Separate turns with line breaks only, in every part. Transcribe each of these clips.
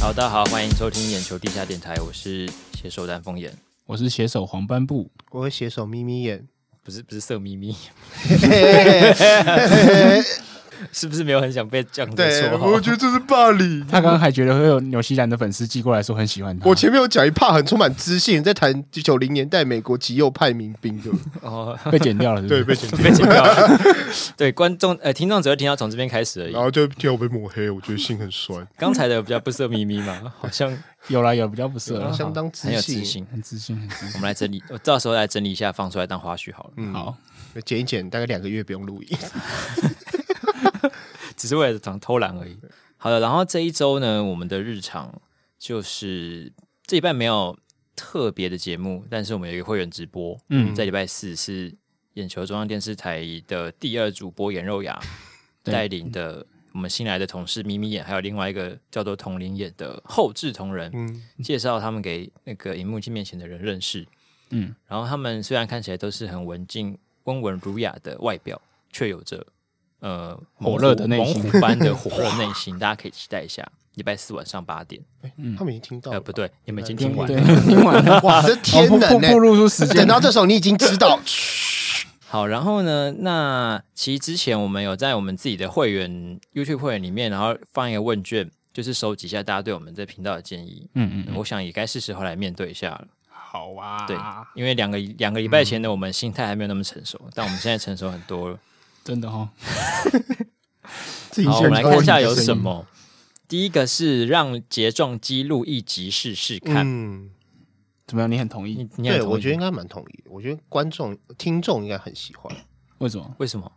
好，大家好，欢迎收听眼球地下电台，我是携手丹凤眼，
我是写手黄斑布，
我会写手眯眯 眼，
不是不是色眯 眯，是不是没有很想被这样子说？
得这是霸 凌。
他刚刚还觉得会有纽西兰的粉丝寄过来说很喜欢他，
我前面有讲一 part 很充满知性，在谈九零年代美国极右派民 兵的，
哦，
被剪掉了是不
对，
是，
被剪掉，
被剪掉了。 对，观众呃，听众只会听到从这边开始而已
然。后就听我被抹黑，我觉得心 很酸，
刚才的比较不色眯眯嘛，好像
有啦有比较不适合，
相当
啊
自
很有自
信
信。
很自信很自
我们来整理，我到时候来整理一下，放出来当花絮好了，
嗯
信。好，
剪一剪，大概两个月不用录音。
只是为了想偷懒而已。好的，然后这一周呢，我们的日常就是这礼拜没有特别的节目，但是我们有一个会员直播，
嗯
在礼拜四是眼球中央电视台的第二主播颜肉雅
对
带领的我们新来的同事咪咪眼，还有另外一个叫做同龄眼的后置同仁，
嗯，
介绍他们给那个荧幕镜面前的人认识。
嗯，
然后他们虽然看起来都是很文静、温文儒雅的外表，却有着呃
火热的内
猛
心
虎猛虎般的火 热内心，大家可以期待一下。礼拜四晚上八点，
他们已经听到
呃，
了，
不对，你们已经
对
听完
哦对
了。，
听完
呃
了，
哇，这天
哦
冷
暴
呢
暴！露出时间
等，到这时候，你已经知 道，
好，然后呢，那其实之前我们有在我们自己的会员 YouTube 会员里面，然后放一个问卷，就是收集一下大家对我们这频道的建议。
嗯嗯嗯，
我想也该是时候来面对一下了。
好啊，
对，因为两个两个礼拜前的我们心态还没有那么成熟，但我们现在成熟很多了。
真的哦，
自己
好，我
先
们来看一下有什
么。
么。第一个是让睫状肌录一集试试看。
嗯，
怎么样？你很同意
你？你很
对，
同意
我觉得应
吗
该蛮同意的。我觉得观众、听众应该很喜欢，
为什么？
为什么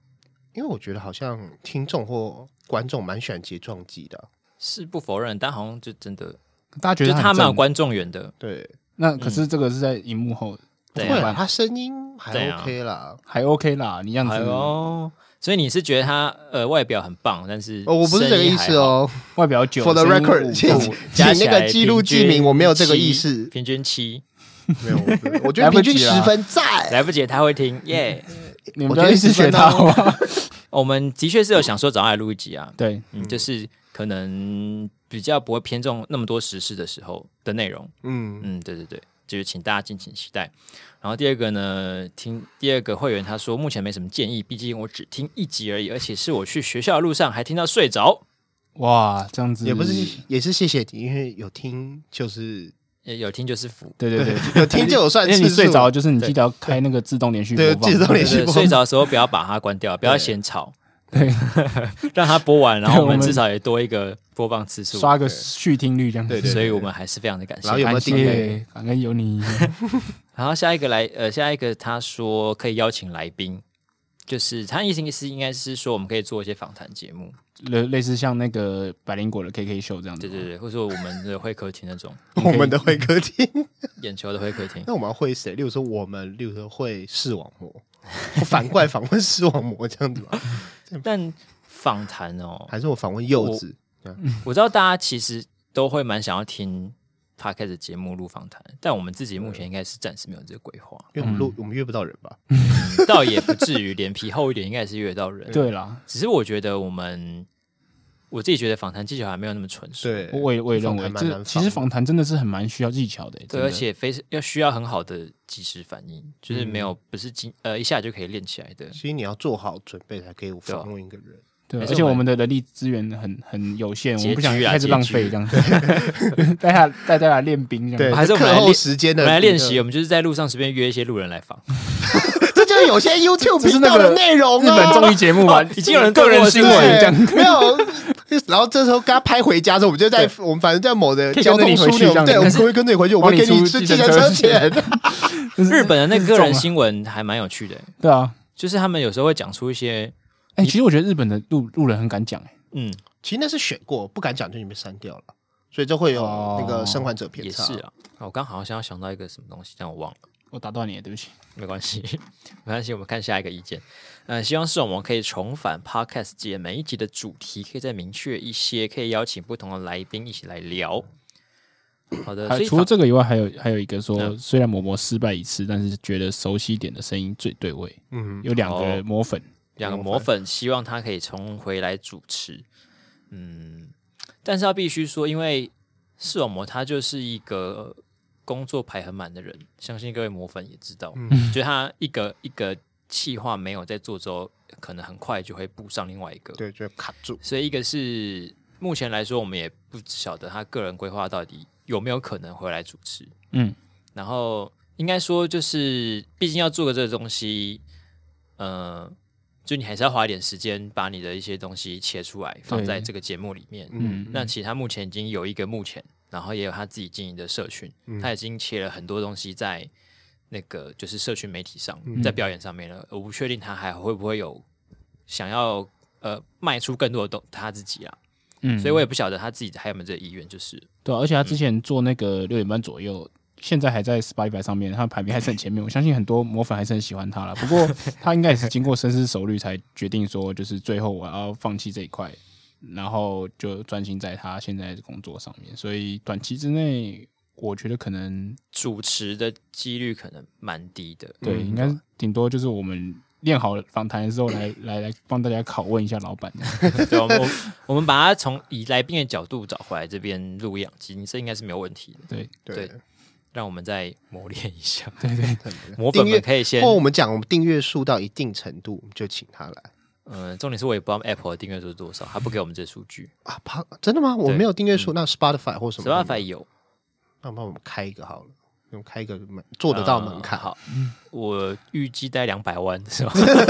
因为我觉得好像听众或观众蛮喜欢睫状肌的啊。
是不否认，但好像就真的，
大家觉
就
得
是他
们
蛮有，观众缘的。
对，
那可是这个是在荧幕后，
对
怎
啊
会
么
啦，
办？
他声音还
对啊
OK 啦。
还 OK 啦，你
嗯
样
哎
子
呦，所以你是觉得他呃外表很棒，但是
哦，我不是这个意思哦。
外表九
For the
声音
record，
五
请
度
声音还好，加
请
起
那
来
个记录
平
记
均
名，我没有这个
七
意思。
平均七，
没有，我不 是我觉
来
得
不
平
及
均十
啦
分在。
来不及他会听耶。哦
你们不要一直学
啊
他好 吗？
我们的确是有想说找他来录一集啊，
对，
嗯，就是可能比较不会偏重那么多时事的时候的内容。
嗯，
嗯，对对对，就是请大家敬请期待。然后第二个呢，听第二个会员他说，目前没什么建议，毕竟我只听一集而已，而且是我去学校的路上还听到睡着，
哇，这样子
也不是，也是谢谢你，因为有听就是
也有听就是福。
对对对，
有听就有算
因为你
次数
睡着，就是你记得要开那个自动连续播
对
放，
自动连
对
续
对，
播
睡着的时候不要把它关掉，不要嫌吵，
对，
让它播完，然
对
后我
我
们
们
至少也多一个播放次数。
刷个续听率这样子。
对对
所以我们还是非常的感谢
然后。有没有
感
订阅？
谢，感恩有你。
然后下一个来，呃，下一个他说可以邀请来宾，就是他意思意思应该是说我们可以做一些访谈节目，
类 类似像那个百灵果的 KK 秀这样子
对对
吗，
对，或者说我们的会客厅那种
我们的会客厅，
眼球的会客厅。
那我们要会谁？例如说我们，例如说会视网膜，反过来访问视网膜这样子吗？
但访谈哦，
还是我访问柚子？
我知道大家其实都会蛮想要听 podcast 的节目录访谈，但我们自己目前应该是暂时没有这个规划，
因为我们录我们约不到人吧？
嗯倒也不至于脸皮厚一点，应该也是约得到人。，
对啦，
只是我觉觉得我们我自己觉得访谈技巧还没有那么纯熟，
对，
我也我也认
访
为
谈蛮
这
难
其实
访
访谈真的是很蛮需要技巧的，真
对，
的
而且非要需要很好的即时反应，就是没有不是今呃一下就可以练起来的。
其实你要做好准备才可以
啊
访问一个人。
对，啊
还
而
是
且
我
我
们
们的人力资源很很有限，我
拮据啊
们不想一开始浪
拮
费
据
这样子， 带他带大家练兵这
对，
嗯
样。
还是我们
课
来
后
练
时间
我
的
们来练习，我哦们就是在路上随便约一些路人来访，
这就是有些 YouTube
这是
频
那
道
个
的内容
日
啊。
本综艺节目嘛，
哦已经有人
个
做过
人
了
新
对
闻这样，
没有。 然后这时候跟他拍回家之后，我们就在我们反正在某的
可以
交
跟着
通
你
枢
回去这
纽，
样子
对，
但
我们
是
会跟着你回去，我们
帮
给
你
你
出
是
计
计
程
程
车
车
钱
钱。
就是
日本的那
这
个
是中
个人
啊
新闻还蛮有趣的、
对啊。
就是他们有时候会讲出一些
哎，其实我觉得日本的路路人很敢讲，哎，
嗯
其实那是选过，不敢讲就已经被删掉了，所以就会有
哦
那个生还者偏
也
差。
是啊，啊我刚好像要想到一个什么东西，但我忘了，
我打断你了，对不起。
没关系，没关系，我们看下一个意见。呃，希望是我们可以重返 Podcast 界，每一集的主题可以再明确一些，可以邀请不同的来宾一起来聊。好的，
还
所以
啊除了
访
这个以外，还有还有一个说，
嗯
虽然某某失败一次，但是觉得熟悉一点的声音最对味。
嗯，
有两
哦
个魔粉，
两个魔粉，希望他可以重回来主持。嗯，但是要必须说，因为视网膜他就是一个工作排很满的人，相信各位魔粉也知道，
嗯
就是他一个一个计划没有在做之后，可能很快就会补上另外一个。
对，就卡住。
所以一个是目前来说，我们也不晓得他个人规划到底有没有可能回来主持。
嗯，
然后应该说就是，毕竟要做个这个东西，呃，就你还是要花一点时间把你的一些东西切出来，放在这个节目里面。
嗯，
那其实他目前已经有一个幕前，然后也有他自己经营的社群，他已经切了很多东西在那个就是社群媒体上，在表演上面了。我不确定他还会不会有想要呃卖出更多的东他自己啦，
嗯
所以我嗯也不晓得他自己还有没有这个意愿，就是
对啊、而且他之前做那个六点半左右，现在还在 Spotify 上面，他排名还是很前面。我相信很多魔粉还是很喜欢他了。不过他应该也是经过深思熟虑才决定说，就是最后我要放弃这一块，然后就专心在他现在的工作上面。所以短期之内，我觉得可能
主持的几率可能蛮低的。
对，应该是顶多就是我们练好访谈的时候来来来帮大家拷问一下老板。
对，啊我们我我们把他从以来宾的角度找回来这边录养鸡，这应该是没有问题的。
对，
对
对让我们再磨练一 下，
对
魔粉
订阅
们可以先
或我们讲，我们订阅数到一定程度，我们就请他来
嗯，重点是我也不知道 Apple 的订阅数是多少，他不给我们这数据。
啊。怕真的吗？我没有订阅数，那 Spotify 或什
嗯
么
Spotify 有
那帮我们开一个好了，我们开一个门做得到门槛
呃。好，我预计大概两百万是吧？
就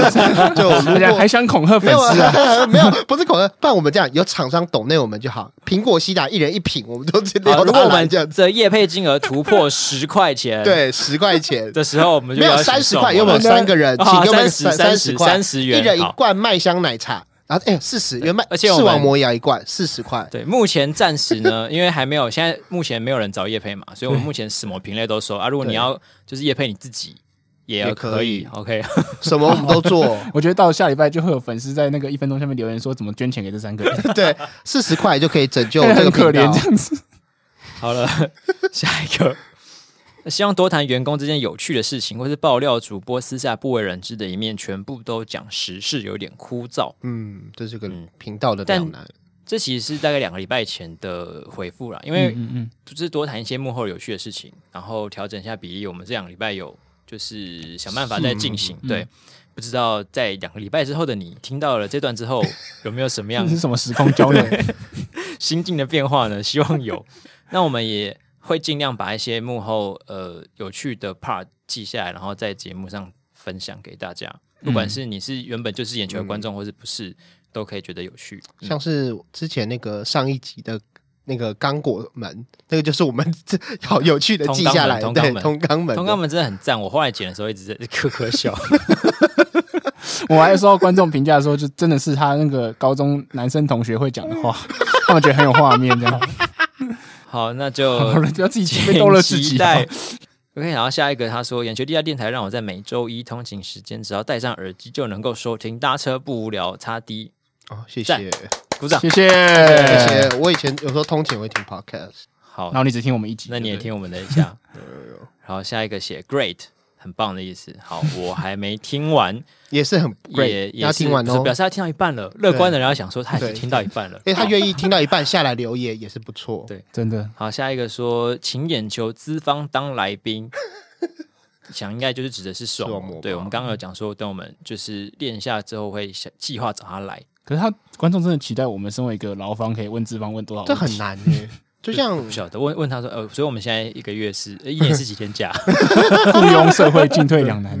如
大家
果
还想恐吓
没
粉
有
丝啊？
啊， 没有，不是口的，不然我们这样有厂商懂内我们就好。苹果、西达一人一瓶，我们都直接
好
聊
如
到
果我
来
们
这样子。
的业配金额突破十块 钱，
对，十块钱
的时候，我们就
没有
邀请
三十
送
块，
我
因为我
们
们有三个人，
啊
请给我们
30
三
30
块，
30元
一人一
好
罐麦香奶茶。然后哎，四十原麦，
而且我
视
们
网膜也要一罐，四十块。
对，目前暂时呢，因为还没有，现在目前没有人找叶配嘛，所以我们目前什么品类都收啊。如果你要就是叶配你自己也
也可以
以，OK，
什么我们都做。
我觉得到下礼拜就会有粉丝在那个一分钟下面留言说怎么捐钱给这三个人，
对，四十块就可以拯救 这
很
个
可
频
怜
道
这。样子。
好了， 下一个。希望多谈员工之间有趣的事情，或是爆料主播私下不为人知的一面，全部都讲时事，有点枯燥。
嗯，这是个频道的
但
两难。
这其实是大概两个礼拜前的回复啦，因为
嗯嗯，
就是多谈一些幕后有趣的事情，然后调整一下比例。我们这两个礼拜有就是想办法再进行。对，不知道在两个礼拜之后的你听到了这段之后，有没有什么样
这是什么时空胶囊？
心境的变化呢？希望有。那我们也会尽量把一些幕后呃有趣的 part 记下来，然后在节目上分享给大家。不管是你是原本就是眼球的观众，或是不是，都可以觉得有趣。嗯
像是之前那个上一集的那个刚果门，那个就是我们 这好有趣的记下来，
通肛
对，
门
通肛门的，
通告们真的很赞，我后来剪的时候一直在 咳咳笑。
我还收到观众评价说，就真的是他那个高中男生同学会讲的话，他们觉得很有画面这样。
好，那就
好了，不要自己
呃请
被逗乐自己
期
啊。
待 OK，然后下一个他说，眼球地下电台让我在每周一通勤时间，只要戴上耳机就能够收听，搭车不无聊，擦 D，
哦，谢
赞
谢，
鼓掌
谢。谢。
谢
然
谢。我以前有时候通勤会听 podcast，
好，
后你只听我们一集，
那你也
对不对
听我们的一下。然后下一个写 great，很棒的意思。好，我还没听完，
也是很 great，
也也
要
是
听完
不是
哦
表。示他听到一半了。乐观的人要想说他已经
对
听到一半了。
哎，他愿意听到一半下来留言也是不错
对。
真的
好，下一个说请眼球资方当来 宾。想应该就是指的是爽
爽魔
魔，对
吧
我们刚刚有讲说，等我们就是练一下之后会想计划找他来，
可是他观众真的期待我们身为一个劳方，可以问资方问多少问题？
这很难 耶，就像
不晓得问问他说，呃，所以我们现在一个月是呃一年是几天 假？
雇佣社会进退两难。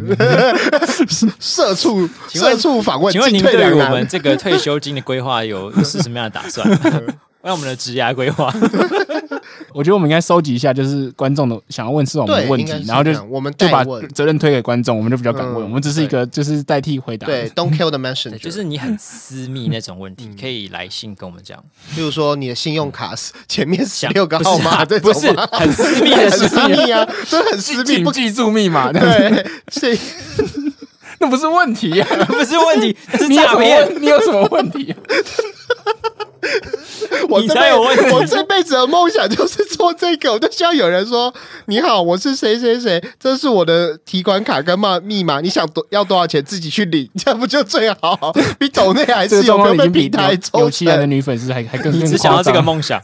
社畜
请问
社畜访问，
请问
进
您
退
对于
两
我
难
们这个退休金的规划有是什么样的打 算？那我们的职涯规划，
我觉得我们应该收集一下，就是观众的想要问是我们的
对
问
应
题
该是，
然后就
这样我们
就
代
把
问
责任推给观众，我们就比较敢问。
嗯
我们只是一个就是代替回答。
对 don't kill the
对
messenger，
就是你很私密那种问题，
嗯
可以来信跟我们讲。
比如说你的信用卡是前面是
讲
六个
不是
号码，
啊
这
不
种
是
吗
很私密的
很
事
私
情。
密啊，这很私密，
请
不
记住 密码，那
对，是
那不是问题啊！
不是问题，那是
你有什
诈
么
骗。
问？你有什么问题啊？
我
你
这
才有
辈
问题
我这辈子的梦想就是做这个，我就希望有人说：“你好，我是谁谁谁，这是我的提款卡跟密密码，你想多要多少钱自己去领，这样不就最好？ 比抖内还
这
是
个
有
状
没
况
有
已经
被
比
平台
有
抽
有其他的
成？
女粉丝还还更
你
更
只想要
夸
这个
张。
梦想，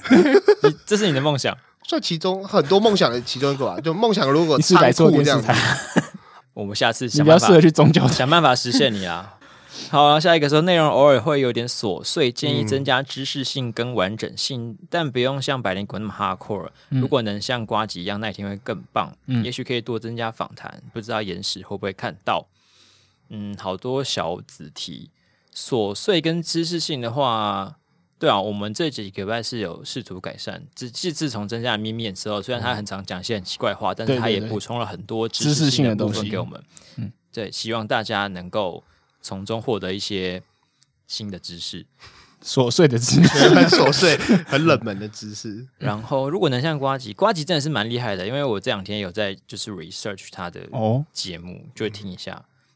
你这是你的梦想。
算其中很多梦想的其中一个吧。就梦想如果
你是来做
仓库
电
这样
视
子
台，
我们下次
你
想
比较
办
适合
法
去宗教台。
想办法实现你啊。好啊，下一个说内容偶尔会有点琐碎，建
嗯
议增加知识性跟完整性，但不用像百灵果那么 hardcore。如果能像瓜吉一样，那一天会更棒。
嗯
也许可以多增加访谈，不知道延时会不会看到。嗯，好多小子题，琐碎跟知识性的话，对啊，我们这几个礼拜是有试图改善。自自自从增加了咪咪之后，虽然他很常讲一些很奇怪的话，但是
嗯对
他
对
也
对
补充了很多知
知
识
识
性
性
的
的
部
东
分
西
给我们。
嗯，
对，希望大家能够从中获得一些新的知识。
琐碎的 知识，
很琐碎、很冷门的知识。
然后，如果能像瓜吉，瓜吉真的是蛮厉害的，因为我这两天有在就是 research 他的
哦
节目，就会听一下，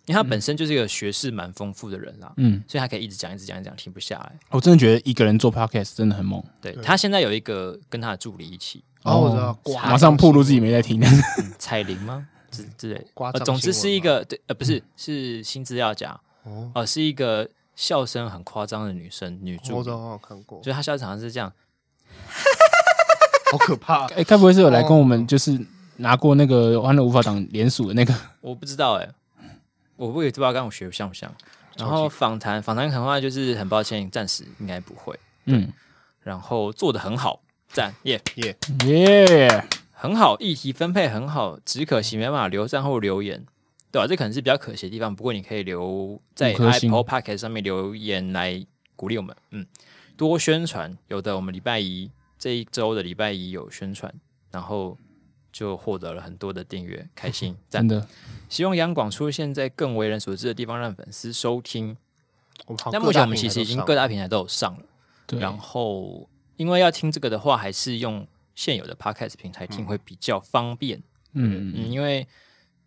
因为他本身就是一个学识蛮丰富的人啦，
嗯，
所以他可以一直讲、一直讲、一直讲，停不下来。
我真的觉得一个人做 podcast 真的很猛。
对他现在有一个跟他的助理一起，
哦，我知道，瓜
马上暴露自己没在听，
嗯彩铃吗？之之类的，
瓜
呃
丈
总之是
新闻
一个对，呃，不是是新资料夹，
哦，
哦，是一个笑声很夸张的女生女助
哦我
理
都，好像看过
所，以她笑场是这样，
好可怕。
哎，该不会是有来跟我们就是拿过那个《欢乐无法党》联署的那个？
我不知道哎、我不也不知道跟我学像不像。然后访谈访谈可能话就是很抱歉，暂时应该不会。
嗯，
然后做的很好，赞耶
耶，
耶，
很好，议题分配很好，只可惜没办法留赞后留言，对吧、啊这可能是比较可惜的地方。不过你可以留在
五颗星
Apple p o c k e t 上面留言来鼓励我们，嗯，多宣传。有的我们礼拜一这一周的礼拜一有宣传，然后就获得了很多的订阅，开 心赞
真。的，
希望杨广出现在更为人所知的地方，让粉丝收听。
我们好
但
哦各
目前
大
我们
平
其
台
实
都
已经
上
各大平台都有上了，
对，
然后因为要听这个的话，还是用现有的 podcast 平台听
嗯
会比较方便。
嗯，
嗯，因为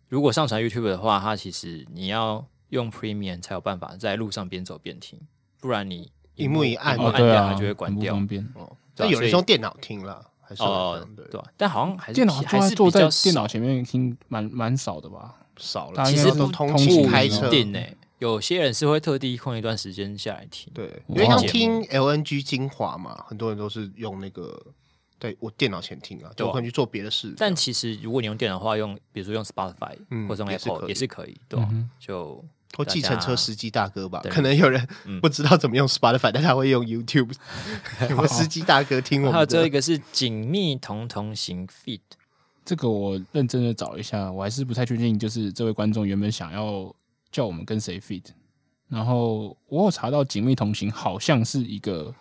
如果上传 YouTube 的话，它其实你要用 Premium 才有办法在路上边走边听，不然你
荧幕一按
荧幕
哦，
嗯按
对
掉
啊，
它就会关
很不
掉。
方便。
哦，
对啊
那有
所以
人是用电脑听了，还是有
哦
人，
对
对
啊，但好像还是
电脑
还
坐在
是比
坐在
较
电脑前面听蛮蛮少的吧？
少
大
了，
其
家应
实
该
都
都
通
通
勤
勤
开
不
车
一，定呢、有些人是会特地空一段时间下来听。
对，
哇
因为像听 LNG 精华嘛，很多人都是用那个，对我电脑前听啊，
对啊
就我可能去做别的事。
但其实如果你用电脑的话，用比如说用 Spotify、
嗯
或者用
也是
Apple
可以
也是可以，对吧、就
或计程车
大家
司机大哥吧，
对
可能有人
嗯
不知道怎么用 Spotify，但他会用 YouTube。有没有司机大哥听我
还有
们
最后一
的？
个是紧密同同行 feed，
这个我认真的找了一下，我还是不太确定，就是这位观众原本想要叫我们跟谁 fit，然后我有查到紧密同行好像是一个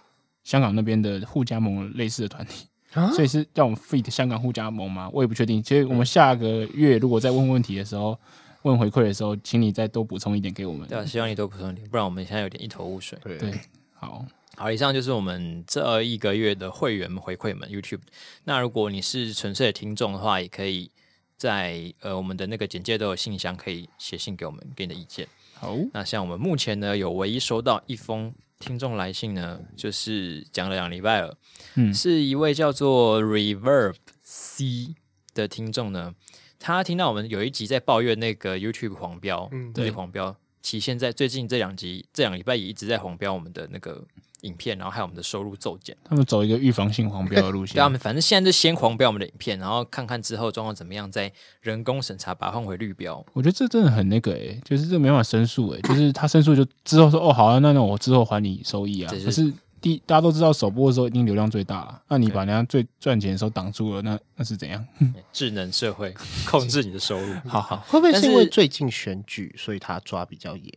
香港那边的互加盟类似的团体，
啊
所以是叫我们 fit 香港互加盟吗？我也不确定。其实我们下个月如果再问问题的时候，问回馈的时候，请你再多补充一点给我们。
嗯
对吧、希望你多补充一点，不然我们现在有点一头雾水。
对
对，，
好，
好，以上就是我们这一个月的会员回馈们 YouTube。那如果你是纯粹的听众的话，也可以在呃我们的那个简介都有信箱，可以写信给我们，给你的意见。
好，
那像我们目前呢，有唯一收到一封听众来信呢，就是讲了两礼拜了，
嗯
是一位叫做 Reverb C 的听众呢，他听到我们有一集在抱怨那个 YouTube 黄标，
嗯
对
对
黄标，其实现在最近这两集这两礼拜也一直在黄标我们的那个影片，然后害我们的收入骤减。
他们走一个预防性黄标的路
对他啊
线，
们，反正现在就先黄标我们的影片，然后看看之后状况怎么样，再人工审查把它换回绿标。
我觉得这真的很那个诶、欸就是这没办法申诉诶、就是他申诉就之后说哦好啊，那那我之后还你收益啊
这是。
可是第大家都知道首播的时候一定流量最大啊，那你把人家最赚钱的时候挡住了，那那是怎样？
智能社 会控制你的收入。
好好，
会不会
但
是
是
因为最近选举，所以他抓比较严？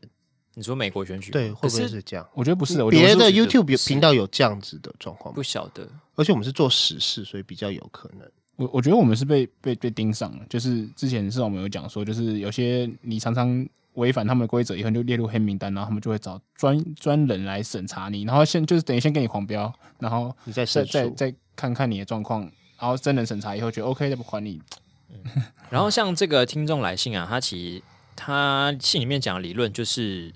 你说美国选举吗
对，会
可
不会
是
是这样？
我觉得不是，我觉得
别
是
的
觉得
YouTube
不是
频道有这样子的状况吗
不？晓得，
而且我们是做实事，所以比较有可能。
我我觉得我们是被被被盯上了，就是之前是我们有讲说，就是有些你常常违反他们的规则以后你就列入黑名单，然后他们就会找专专人来审查你，然后先就是等于先给你黄标，然后
你
再
在申
再
诉，
再看看你的状况，然后真人审查以后觉得 OK 再不还你，
然后像这个听众来信啊，他其实他信里面讲的理论就是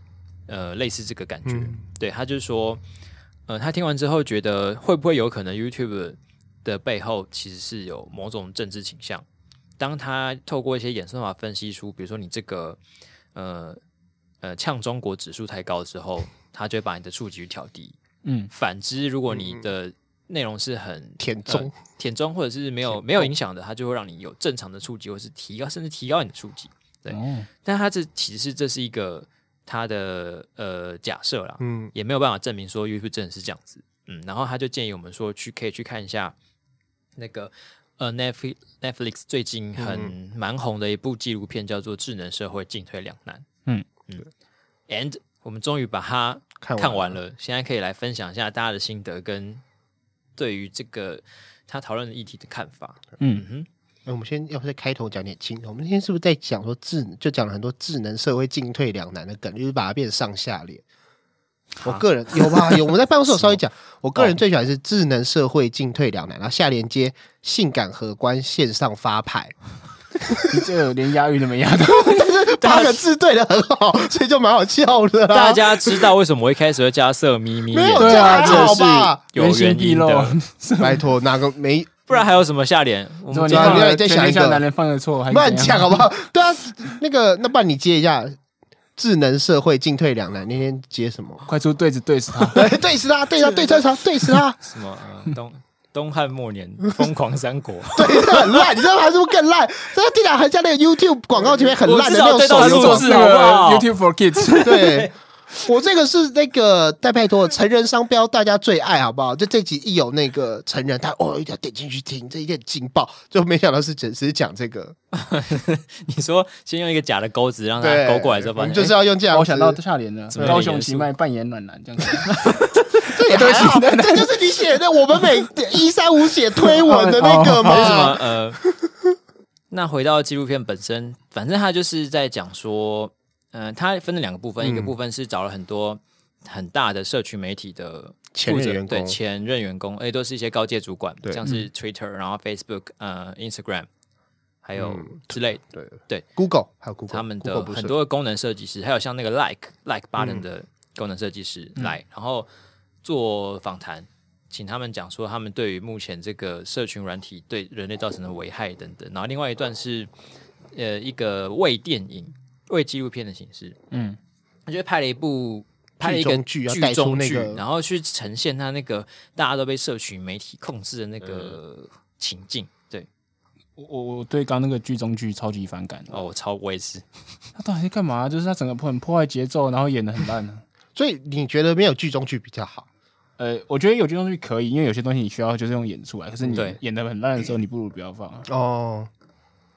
呃类似这个感觉，
嗯
对他就是说，呃，他听完之后觉得会不会有可能 YouTube 的背后其实是有某种政治倾向。当他透过一些演算法分析出，比如说你这个呃呃呛中国指数太高之后，他就会把你的触及率调低。
嗯，
反之，如果你的内容是很
舔中
呃舔中或者是没有没有影响的，它就会让你有正常的触及，或是提高甚至提高你的触及。对
哦，
但它这其实这是一个它的呃假设啦，
嗯，
也没有办法证明说 YouTube 真的是这样子。嗯，然后他就建议我们说去可以去看一下那个呃 Netflix Netflix 最近很蛮红的一部纪录片，叫做《智能社会进退两难》。
嗯
嗯，and 我们终于把它
看
看
完
完了，现在可以来分享一下大家的心得跟对于这个他讨论的议题的看 法。
嗯，
那哎我们先要不在开头讲点轻的，我们今天是不是在讲说智，就讲了很多智能社会进退两难的梗，就是把它变成上下联。我个人有吧，有我们在办公室有稍
哦
微讲，我个人最喜欢是智能社会进退两难，然后下连接性感荷官线上发牌，
你这个连押韵都没押到，
八个字对的很好，所以就蛮好笑的啦。
大家知道为什么我一开始会加色咪咪眼？
啊没有
对啊
这还好吧？
有
原形
原
毕
因
露，
的，
拜托，哪个没
不然还有什么下 联？我
怎么
们
你
知道
放
你要
了
再
全
想
天
一
下
个
男人犯的错，还是
乱
怎
讲
样
好不好？对啊，那个，那不然你接一下智能社会进退两难，那天接什么？，
快出对子对死他
对，对死他，对他，对他，他，对死他，
什么、呃、东东汉末年疯狂三国，
对，这很烂，你知道他是不是更烂？这个电脑还加那个 YouTube 广告前面很烂的那
我
种
知道对到
手游
数
广
字
那
好不
个
好
YouTube for Kids，
啊对。我这个是那个戴佩托的成人商标，大家最爱好不好？就这集一有那个成人，他哦一定要点进去听，这一定劲爆。就没想到是只是讲这个，
你说先用一个假的钩子让它
对，
勾过来之后，
我
发
们
现
就是要用这
哎
样子。
我想到下联了
怎，么
高
有点
雄
严
其
肃
迈扮演暖男这样子，
这也还好，这就是你写的，我们每一三五写推文的那
哎
个
为什么
嘛。
呃？ 那回到纪录片本身，反正它就是在讲说，嗯、它分了两个部分，一个部分是找了很多很大的社区媒体的
前
负
任
责
员
对
工
前任员工，哎，都是一些高阶主管，
对嗯
像是 Twitter，然后 Facebook，呃，Instagram，还有
嗯
之类的
对
对
，Google 还有 Google，
他们
Google
的
不是嗯
很多的功能设计师，还有像那个 Like Like Button 的功能设计师来，然后做访谈，请他们讲说他们对于目前这个社群软体对人类造成的危害等等。然后另外一段是呃一个为电影、为纪录片的形式，
嗯，
他就拍了一部。拍了一
剧
个
中剧要
剧
带出
中
那
剧，
个
然后去呈现他那个大家都被社群媒体控制的那
嗯
个情境。对，
我我我对刚那个剧中剧超级反感，
哦，我超我也是，
他到底在干嘛？啊就是他整个很破坏节奏，然后演的很烂啊。
所以你觉得没有剧中剧比较好？
呃，我觉得有些东西可以，因为有些东西你需要就是用演出来，可是你
对
演的很烂的时候，你不如不要放啊。
哦，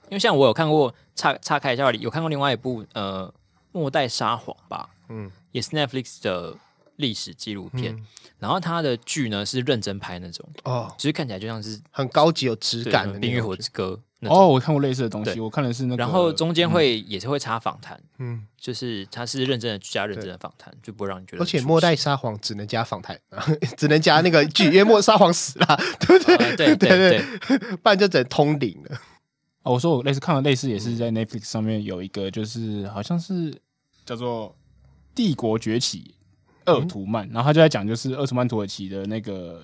因为像我有看过，岔岔开一下，有看过另外一部呃《末代沙皇》吧，
嗯，
也是 Netflix 的历史纪录片。然后它的剧呢是认真拍那种，
哦，
其实看起来就像是
很高级有质
对
感的
什么
那
冰与
种
火之歌》那种。
哦，我看过类似的东西，
对
我看的是那个，
然后中间会、也是会插访谈，
嗯，
就是它是认真的加认真的访谈，就不会让你觉得
而
很出戏。
且末代沙皇只能加访谈，只能加那个剧，因为末沙皇死了，对 不对？
呃 对对对，
不然就只能通灵了。
哦，我说我类似看了类似也是在 Netflix 上面有一个，就是好像是叫做《帝国崛起》鄂图曼，然后他就在讲就是鄂图曼土耳其的那个。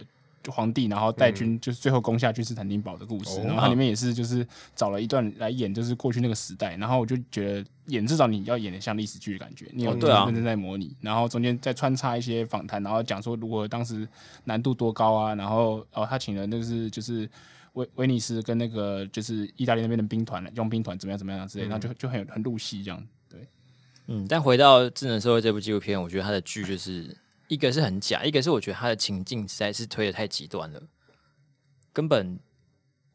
皇帝，然后带
嗯
军、就是最后攻下君士坦丁堡的故
哦
事，然后它里面也是就是找了一段来演，就是过去那个时代，然后我就觉得演至少你要演的像历史剧的感觉，你有
哦对啊
认真在模拟，然后中间再穿插一些访谈，然后讲说如何当时难度多高啊，然后哦他请了就是就是威威尼斯跟那个就是意大利那边的兵团佣兵团怎么样怎么样之类，然后就就很有很入戏这样。对，
嗯，但回到《智能社会》这部纪录片，我觉得它的剧就是一个是很假，一个是我觉得它的情境实在是推的太极端了，根本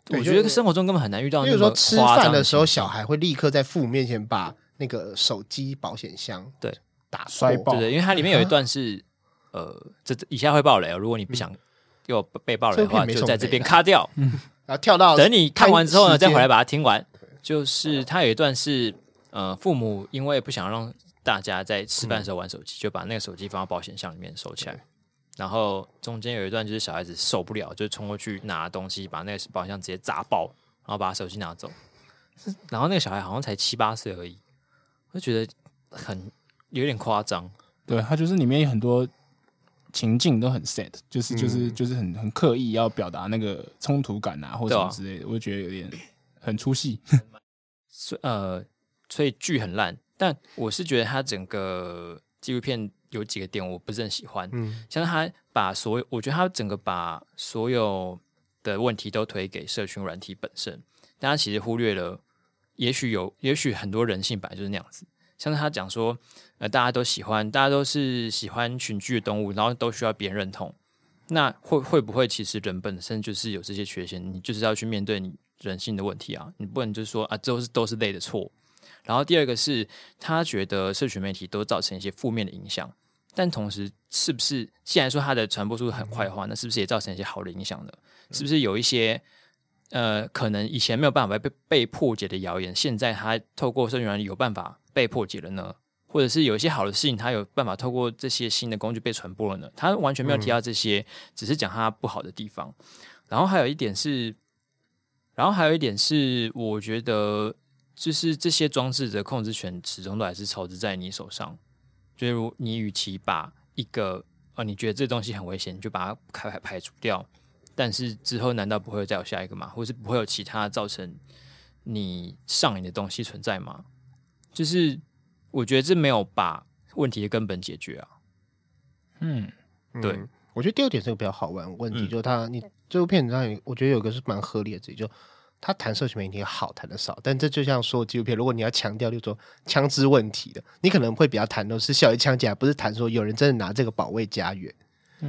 对
我
就
觉得生活中根本很难遇到
比
那
如
么
说吃
夸张
饭的时候，
情
小孩会立刻在父母面前把那个手机保险箱
对
打破
摔爆
哦对对，因为它里 面有一段是、呃，这以下会爆雷哦，如果你不想给我被爆雷的话，
嗯这部片没
就
什么
在这边
雷啊
卡掉，
然后跳到
等你看完之后呢，再
看时间
回来把它听完。就是它有一段是呃，父母因为不想让大家在吃
嗯
饭的时候玩手机，就把那个手机放到保险箱里面收起来。然后中间有一段就是小孩子受不了，就冲过去拿东西，把那个保险箱直接砸爆，然后把手机拿走。然后那个小孩好像才七八岁而已，我就觉得很有点夸张。
对，它就是里面有很多情境都很 sad，就是就是就是很很刻意要表达那个冲突感啊，或者
对
什
啊
么之类的，我就觉得有点很出戏。
所以呃，所以剧很烂，但我是觉得它整个纪录片有几个点我不是很喜欢，
嗯，
像是他把所有，我觉得他整个把所有的问题都推给社群软体本身，但他其实忽略了，也许有，也许很多人性本来就是那样子。像是他讲说，呃，大家都喜欢，大家都是喜欢群居的动物，然后都需要别人认同。那会会不会其实人本身就是有这些缺陷？你就是要去面对你人性的问题啊！你不能就是说啊，都是都是类的错。然后第二个是他觉得社群媒体都造成一些负面的影响，但同时，是不是既然说它的传播速度很快的话，那是不是也造成一些好的影响呢？是不是有一些呃，可能以前没有办法被被破解的谣言，现在它透过社群软体有办法被破解了呢？或者是有一些好的事情，它有办法透过这些新的工具被传播了呢？他完全没有提到这些，只是讲它不好的地方。然后还有一点是，然后还有一点是，我觉得就是这些装置的控制权始终都还是操之在你手上。就是如你与其把一个呃你觉得这东西很危险，你就把它排排排除掉，但是之后难道不会再有下一个吗？或是不会有其他造成你上瘾的东西存在吗？就是我觉得这没有把问题的根本解决啊。
嗯，
对
嗯我觉得第二点是个比较好玩的问题，
嗯
就是他你这部片子上有，我觉得有个是蛮合理的，自己就他谈社群媒体好谈的少，但这就像说纪录片，如果你要强调，就是说枪支问题的，你可能会比较谈的是校园枪击，而不是谈说有人真的拿这个保卫家园、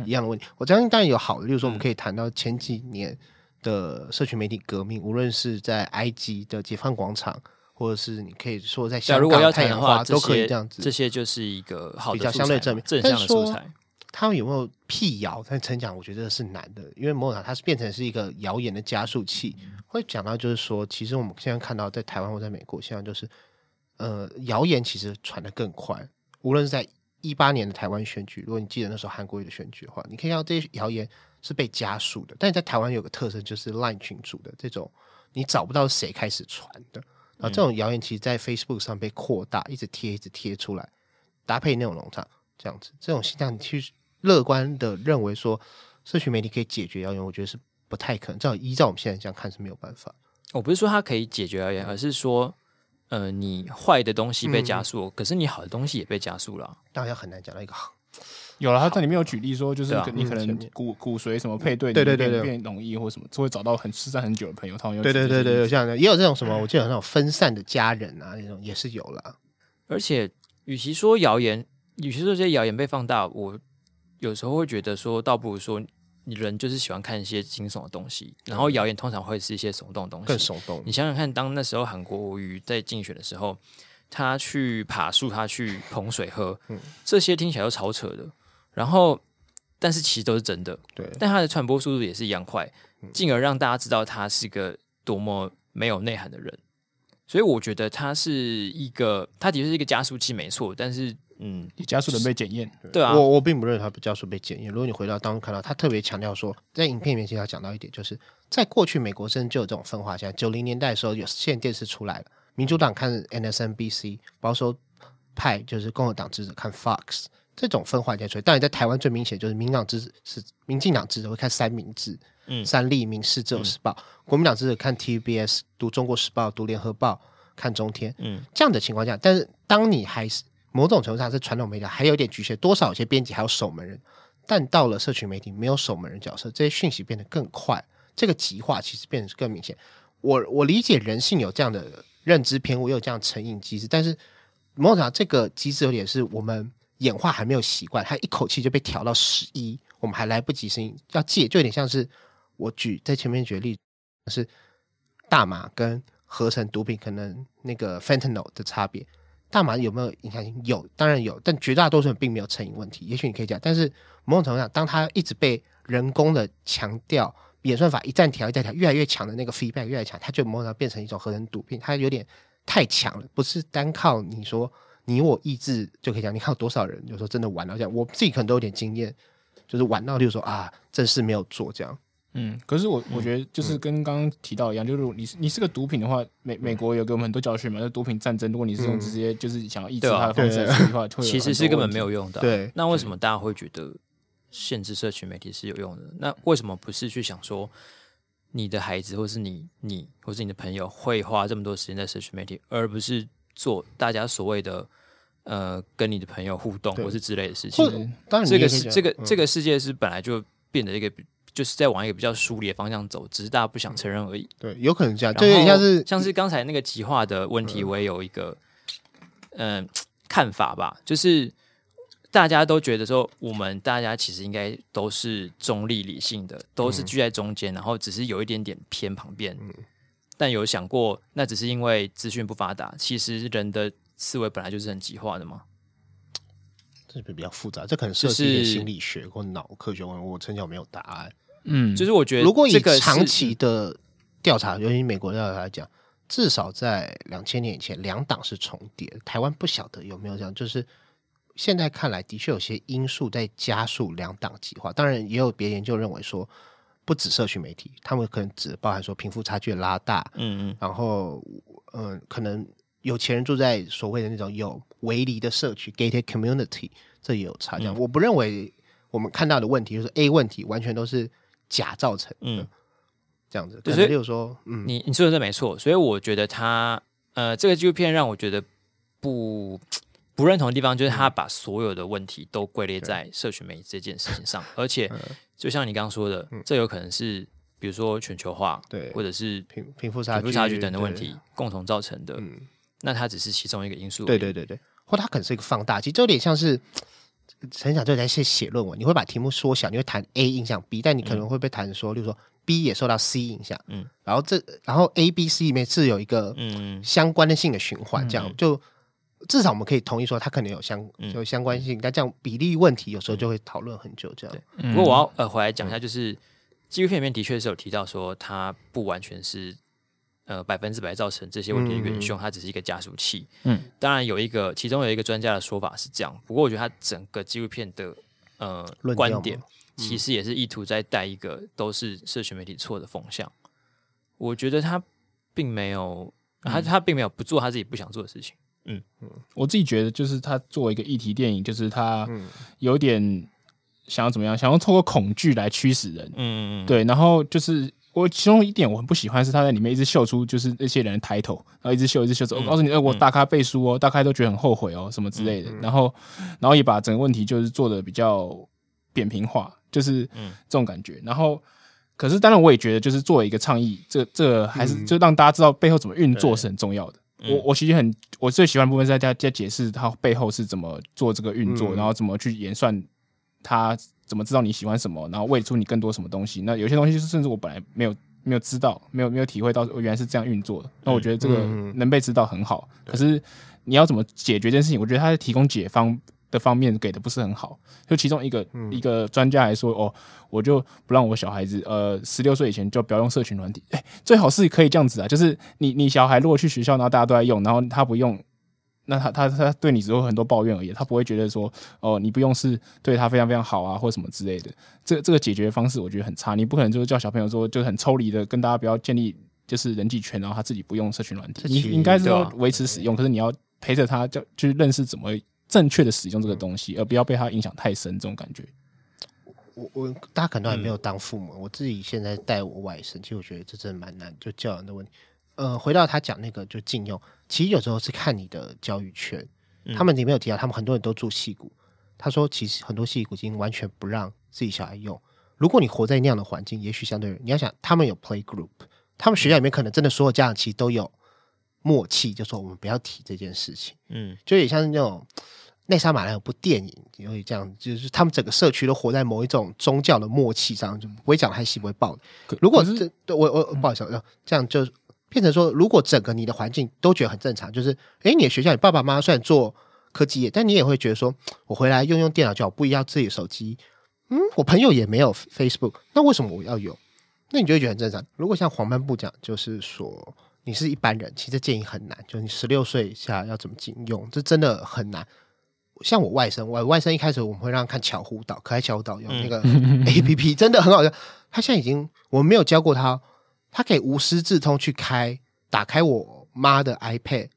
一样的问题。我相信当然有好的，例如说
嗯
我们可以谈到前几年的社群媒体革命，无论是在埃及的解放广场，或者是你可以说在
那
香
啊如果
港
要谈
太
的
阳
话，
花
这
都可以
些
这样子。
些就是一个好的
比较
素
相对
材
正
嘛
面
正
但
向的
是
素
说
材。
他们有没有辟谣？但陈讲，我觉得是难的，因为某种程度它是变成是一个谣言的加速器。会讲到就是说，其实我们现在看到在台湾或在美国，现在就是呃，谣言其实传得更快。无论是在一八年的台湾选举，如果你记得那时候韩国瑜的选举的话，你可以看到这些谣言是被加速的。但是在台湾有个特征，就是 LINE 群组的这种，你找不到谁开始传的。然后这种谣言其实，在 Facebook 上被扩大，一直贴，一直贴出来，搭配内容农场这样子，这种现象，你去乐观的认为说，社群媒体可以解决谣言，我觉得是不太可能。至少依照我们现在这样看是没有办法。
我不是说它可以解决而言，而是说，呃，你坏的东西被
嗯
加速，可是你好的东西也被加速了啊。
大家很难讲到一个好，
有了，他在里面有举例说，就是
对啊
你可
嗯前
能
面
骨骨髓什么配对，
对对
你
对
变
对
变容易或什么，就会找到很失散很久的朋友，他们有
对对
举这些
对
例
对，有
子
这样的，也有这种什么，我记得有那种分散的家人啊，那种也是有啦。
而且，与其说谣言，与其说这些谣言被放大，我有时候会觉得说，倒不如说，你人就是喜欢看一些惊悚的东西，然后谣言通常会是一些耸动的东西，
更耸动
你。想想看，当那时候韩国瑜在竞选的时候，他去爬树，他去捧水喝，
嗯
这些听起来都超扯的。然后，但是其实都是真的，
对嗯
但他的传播速度也是一样快，进而让大家知道他是个多么没有内涵的人。所以我觉得他是一个，他的确是一个加速器，没错。但是，嗯，
你加速的被检验，
对啊，
我我并不认为他不教授被检验。如果你回到当中看到，他特别强调说，在影片里面其实他讲到一点，就是在过去美国真的就有这种分化现象。九零年代的时候，有线电视出来了，民主党看 NSNBC，保守派就是共和党支持看 Fox，这种分化现象出来。当然，在台湾最明显就是民党支持是民进党支持会看三明治，
嗯
三立、民视、自由时报；国民党支持看 TVBS，读中国时报、读联合报、看中天。
嗯，
这样的情况下，但是当你还是某种程度上是传统媒体还有点局限，多少有些编辑还有守门人，但到了社群媒体没有守门人角色，这些讯息变得更快，这个极化其实变得更明显。我我理解人性有这样的认知偏误，也有这样的成瘾机制，但是某种程度上这个机制有点是我们演化还没有习惯，它一口气就被调到十一，我们还来不及适应，要戒就有点像是我举在前面举的例子是大麻跟合成毒品可能那个 fentanyl 的差别。大麻有没有影响性？有，当然有，但绝大多数人并没有成瘾问题。也许你可以讲，但是某种程度上，当它一直被人工的强调，演算法一再调一再调，越来越强的那个 feedback 越来越强，它就某种程度上变成一种合成毒品，它有点太强了，不是单靠你说你我意志就可以讲。你看有多少人有时候真的玩到这样，我自己可能都有点经验，就是玩到，例如说啊，正事没有做这样，
嗯，可是我我觉得就是跟刚刚提到一样，就是如果你是你是个毒品的话，美美国有给我们很多教训嘛，就毒品战争，如果你是用这些就是想要抑制
对啊
它的方式来处理的话，就会有
其实
很
是
多
根本
问题
没有用的啊、
对
那为什么大家会觉得限制社群媒体是有用的。那为什么不是去想说，你的孩子或是你你或是你的朋友会花这么多时间在社群媒体，而不是做大家所谓的呃跟你的朋友互动
对
或是之类的事情
或？当然你
这
也
个
可以
世
讲，
这个
嗯
这个世界是本来就变得一个比，就是在往一个比较疏离的方向走，只是大家不想承认而已。
对，有可能这样，就
对，
有点像是
像是刚才那个极化的问题，我也有一个嗯、看法吧，就是大家都觉得说，我们大家其实应该都是中立理性的，都
嗯
是居在中间，然后只是有一点点偏旁边。但有想过，那只是因为资讯不发达，其实人的思维本来就是很极化的嘛。
这比较复杂，这可能
就
涉及一点
是
心理学或脑科学问题，我从小没有答案。
嗯，
就是我觉得，
如果以
这个是
长期的调查，尤其美国调查来讲，至少在两千年以前，两党是重叠的。台湾不晓得有没有这样，就是现在看来，的确有些因素在加速两党极化。当然，也有别研究认为说，不止社群媒体，他们可能只包含说贫富差距的拉大，
嗯嗯
然后嗯、呃可能有钱人住在所谓的那种有围篱的社区 （gated community），这也有差
嗯
价。我不认为我们看到的问题就是 A 问题完全都是假造成的，
嗯。
这样子。
对
可
所以
能例如说，嗯，
你你说的是没错，所以我觉得他呃，这个纪录片让我觉得不不认同的地方，就是他
嗯
把所有的问题都归类在社群媒体这件事情上，而
嗯
且就像你刚刚说的，这有可能是比如说全球化，
对
或者是
贫贫富差
贫
距、
富差距等等问
对
题。共同造成的，
嗯
那它只是其中一个因素而已。
对对对对，或它可能是一个放大器，就有点像是。很小就在写写论文，你会把题目缩小，你会谈 A 影响 B，但你可能会被谈说，例如说 B 也受到 C 影响，
嗯
嗯，然后这然后 A、B、C 里面是有一个
嗯，
相关的性的循环，这样、
嗯
就至少我们可以同意说它可能有相
嗯
有相关性，但这样比例问题有时候就会讨论很久，这样
对
嗯
不过我要呃回来讲一下，就是纪录片里面的确是有提到说，它不完全是呃百分之百造成这些问题的元凶，它只是一个加速器。
嗯，
当然有一个，其中有一个专家的说法是这样，不过我觉得他整个纪录片的呃
论调
观
吗
点，其实也是意图在带一个都是社群媒体错的风向。我觉得他并没有，他他并没有不做他自己不想做的事情。
我自己觉得，就是他作为一个议题电影，就是他有点想要怎么样，想要透过恐惧来驱使人。
嗯，
对，然后就是我其中一点我很不喜欢是他在里面一直秀出就是那些人的抬头，然后一直秀一直秀，我告诉你，哎、我大咖背书哦，大咖都觉得很后悔哦，什么之类的。然后，然后也把整个问题就是做的比较扁平化，就是这种感觉。然后。可是，当然，我也觉得，就是作为一个倡议，这这个还是就让大家知道背后怎么运作是很重要的。我我其实很我最喜欢的部分是在在在解释它背后是怎么做这个运作，
嗯
然后怎么去演算他怎么知道你喜欢什么，然后喂出你更多什么东西。那有些东西就是甚至我本来没有没有知道，没有没有体会到哦原来是这样运作的。那我觉得这个
嗯
能被知道很好，可是你要怎么解决这件事情？我觉得他在提供解方的方面给的不是很好。就其中一个、
嗯
一个专家来说，哦，我就不让我小孩子，呃，十六岁以前就不要用社群软体，哎、最好是可以这样子啊，就是你你小孩如果去学校，然后大家都在用，然后他不用。那他他他对你只会有很多抱怨而已，他不会觉得说哦你不用是对他非常非常好啊或什么之类的。这这个解决方式我觉得很差，你不可能就是叫小朋友说就是很抽离的跟大家不要建立就是人际圈，然后他自己不用社群软体，
这
你
其实
应该是
对
说
啊
维持使用，可是你要陪着他叫去认识怎么正确的使用这个东西，而不要被他影响太深这种感觉。
我我大家可能都还没有当父母，我自己现在带我外甥，其实我觉得这真的蛮难，就教养的问题。呃，回到他讲那个就禁用，其实有时候是看你的教育圈，他们里面有提到，他们很多人都住戏谷，他说其实很多戏谷已经完全不让自己小孩用。如果你活在那样的环境，也许相对你要想，他们有 play group，他们学校里面可能真的所有家长其实都有默契，就说我们不要提这件事情。
嗯
就也像是那种内莎马兰有部电影，也会这样，就是他们整个社区都活在某一种宗教的默契上，就不会讲得太细，不会爆的。
可
如果
可
这对我我不好意思，哦这样就变成说，如果整个你的环境都觉得很正常，就是诶，你的学校，你爸爸妈妈虽然做科技业，但你也会觉得说，我回来用用电脑就好，不一定要自己的手机。嗯，我朋友也没有 Facebook，那为什么我要有？那你就会觉得很正常。如果像黄斑部讲，就是说你是一般人，其实这建议很难，就是你十六岁以下要怎么禁用，这真的很难。像我外甥，我外甥一开始我们会让他看巧虎岛，可爱巧虎岛有那个 A P P，、真的很好用。他现在已经我们没有教过他，他可以无师自通去开，打开我妈的 iPad，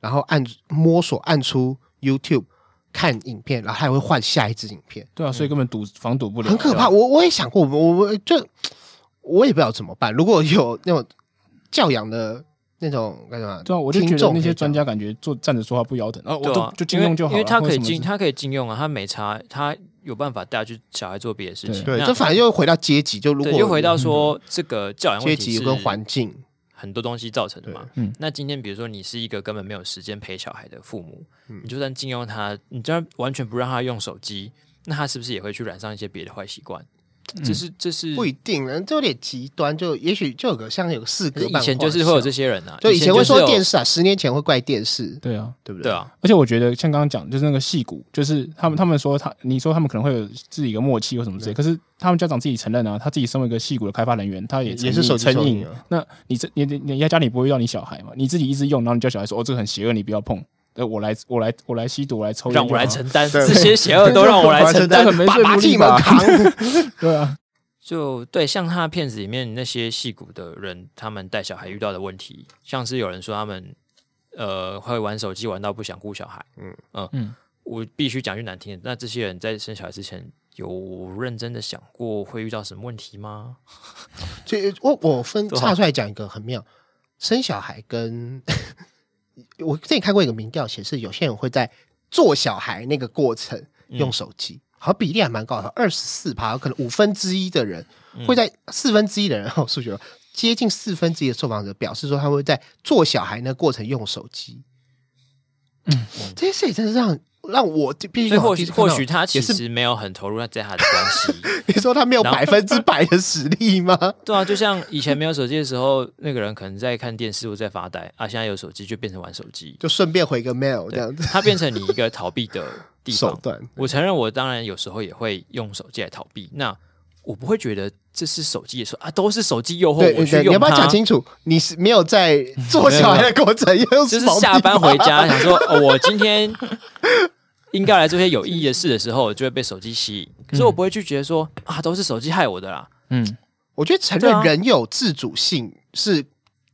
然后按摸索按出 YouTube，看影片，然后还会换下一支影片，
对啊，所以根本堵防堵不了，
很可
啊
对吧。啊
怕。我我也想过，我我我就我也不知道怎么办。如果有那种教养的那种干什么，
对啊，我就觉
听众
得
可
那
以
些
讲
专家感觉坐站着说话不腰疼，啊，我
对
都
啊，
就禁用就好
因为
了，
因为他
或
可
者
以
什么
禁，
之
他可以禁用啊，他没差，他有办法带去小孩做别的事情。
对，
那
这反正又回到阶级，就如
对
果嗯
又回到说这个教养
阶
问题
级
是
跟环境，
很多东西造成的嘛。
对嗯
那今天比如说你是一个根本没有时间陪小孩的父母，
嗯
你就算禁用他，你就算完全不让他用手机，那他是不是也会去染上一些别的坏习惯？这是这是
嗯不一定，人就有点极端，就也许就有个像有个四
可
个
是以前就是会有这，些人啊，
就以前会
就是
说
有
电视啊，十年前会怪电视，
对啊。
对不
对？啊，
而且我觉得像刚刚讲，就是那个戏骨，就是他们他们说他，你说他们可能会有自己一个默契或什么之类，可是他们家长自己承认啊，他自己身为一个戏骨的开发人员，他也
也是
手
手机
成
成瘾
瘾
啊。
那你这你你你家家里不会让你小孩嘛？你自己一直用，然后你叫小孩说哦，这个很邪恶，你不要碰。呃，我来我来我来吸毒，我来抽烟就
让
好，
我来承担
对
这些邪恶，都让 我来承担
这。很没
把
说
把
服
自己
力
们
吧？
扛，
对啊，
就对，像他片子里面那些戏骨的人，他们带小孩遇到的问题，像是有人说他们呃会玩手机玩到不想顾小孩，嗯嗯
嗯
我必须讲句难听的，那这些人在生小孩之前有认真的想过会遇到什么问题吗？
就我我分
对啊
岔出来讲一个很妙，生小孩跟 我之前看过一个民调显示，有些人会在做小孩那个过程
嗯
用手机，好像比例还蛮高的，二十四趴，可能五分之一的人
嗯
会在四分之一的人，哦，数学哦接近四分之一的受访者表示说，他会在做小孩那过程用手机。嗯，这件事情真是让让我必须
所以
说
或许或许
我第一次看到
他其
也是
实没有很投入在他的关系，
你说他没有
然后
百分之百的实力吗？
对啊，就像以前没有手机的时候，那个人可能在看电视或在发呆啊，现在有手机就变成玩手机，
就顺便回个 mail 这样子。
它变成你一个逃避的地方
手。段，
我承认，我当然有时候也会用手机来逃避。那我不会觉得这是手机的说啊，都是手机诱惑
对
我去
对，你
用
要不要讲
它。
清楚？你是没 有在做小孩的过程，也有
就是
什么啊
下班
地方
回家想说，哦，我今天应该来做些有意义的事的时候，我就会被手机吸引。可是我不会去觉得说啊，都是手机害我的啦。
嗯，
我觉得承
对
认
啊
人有自主性是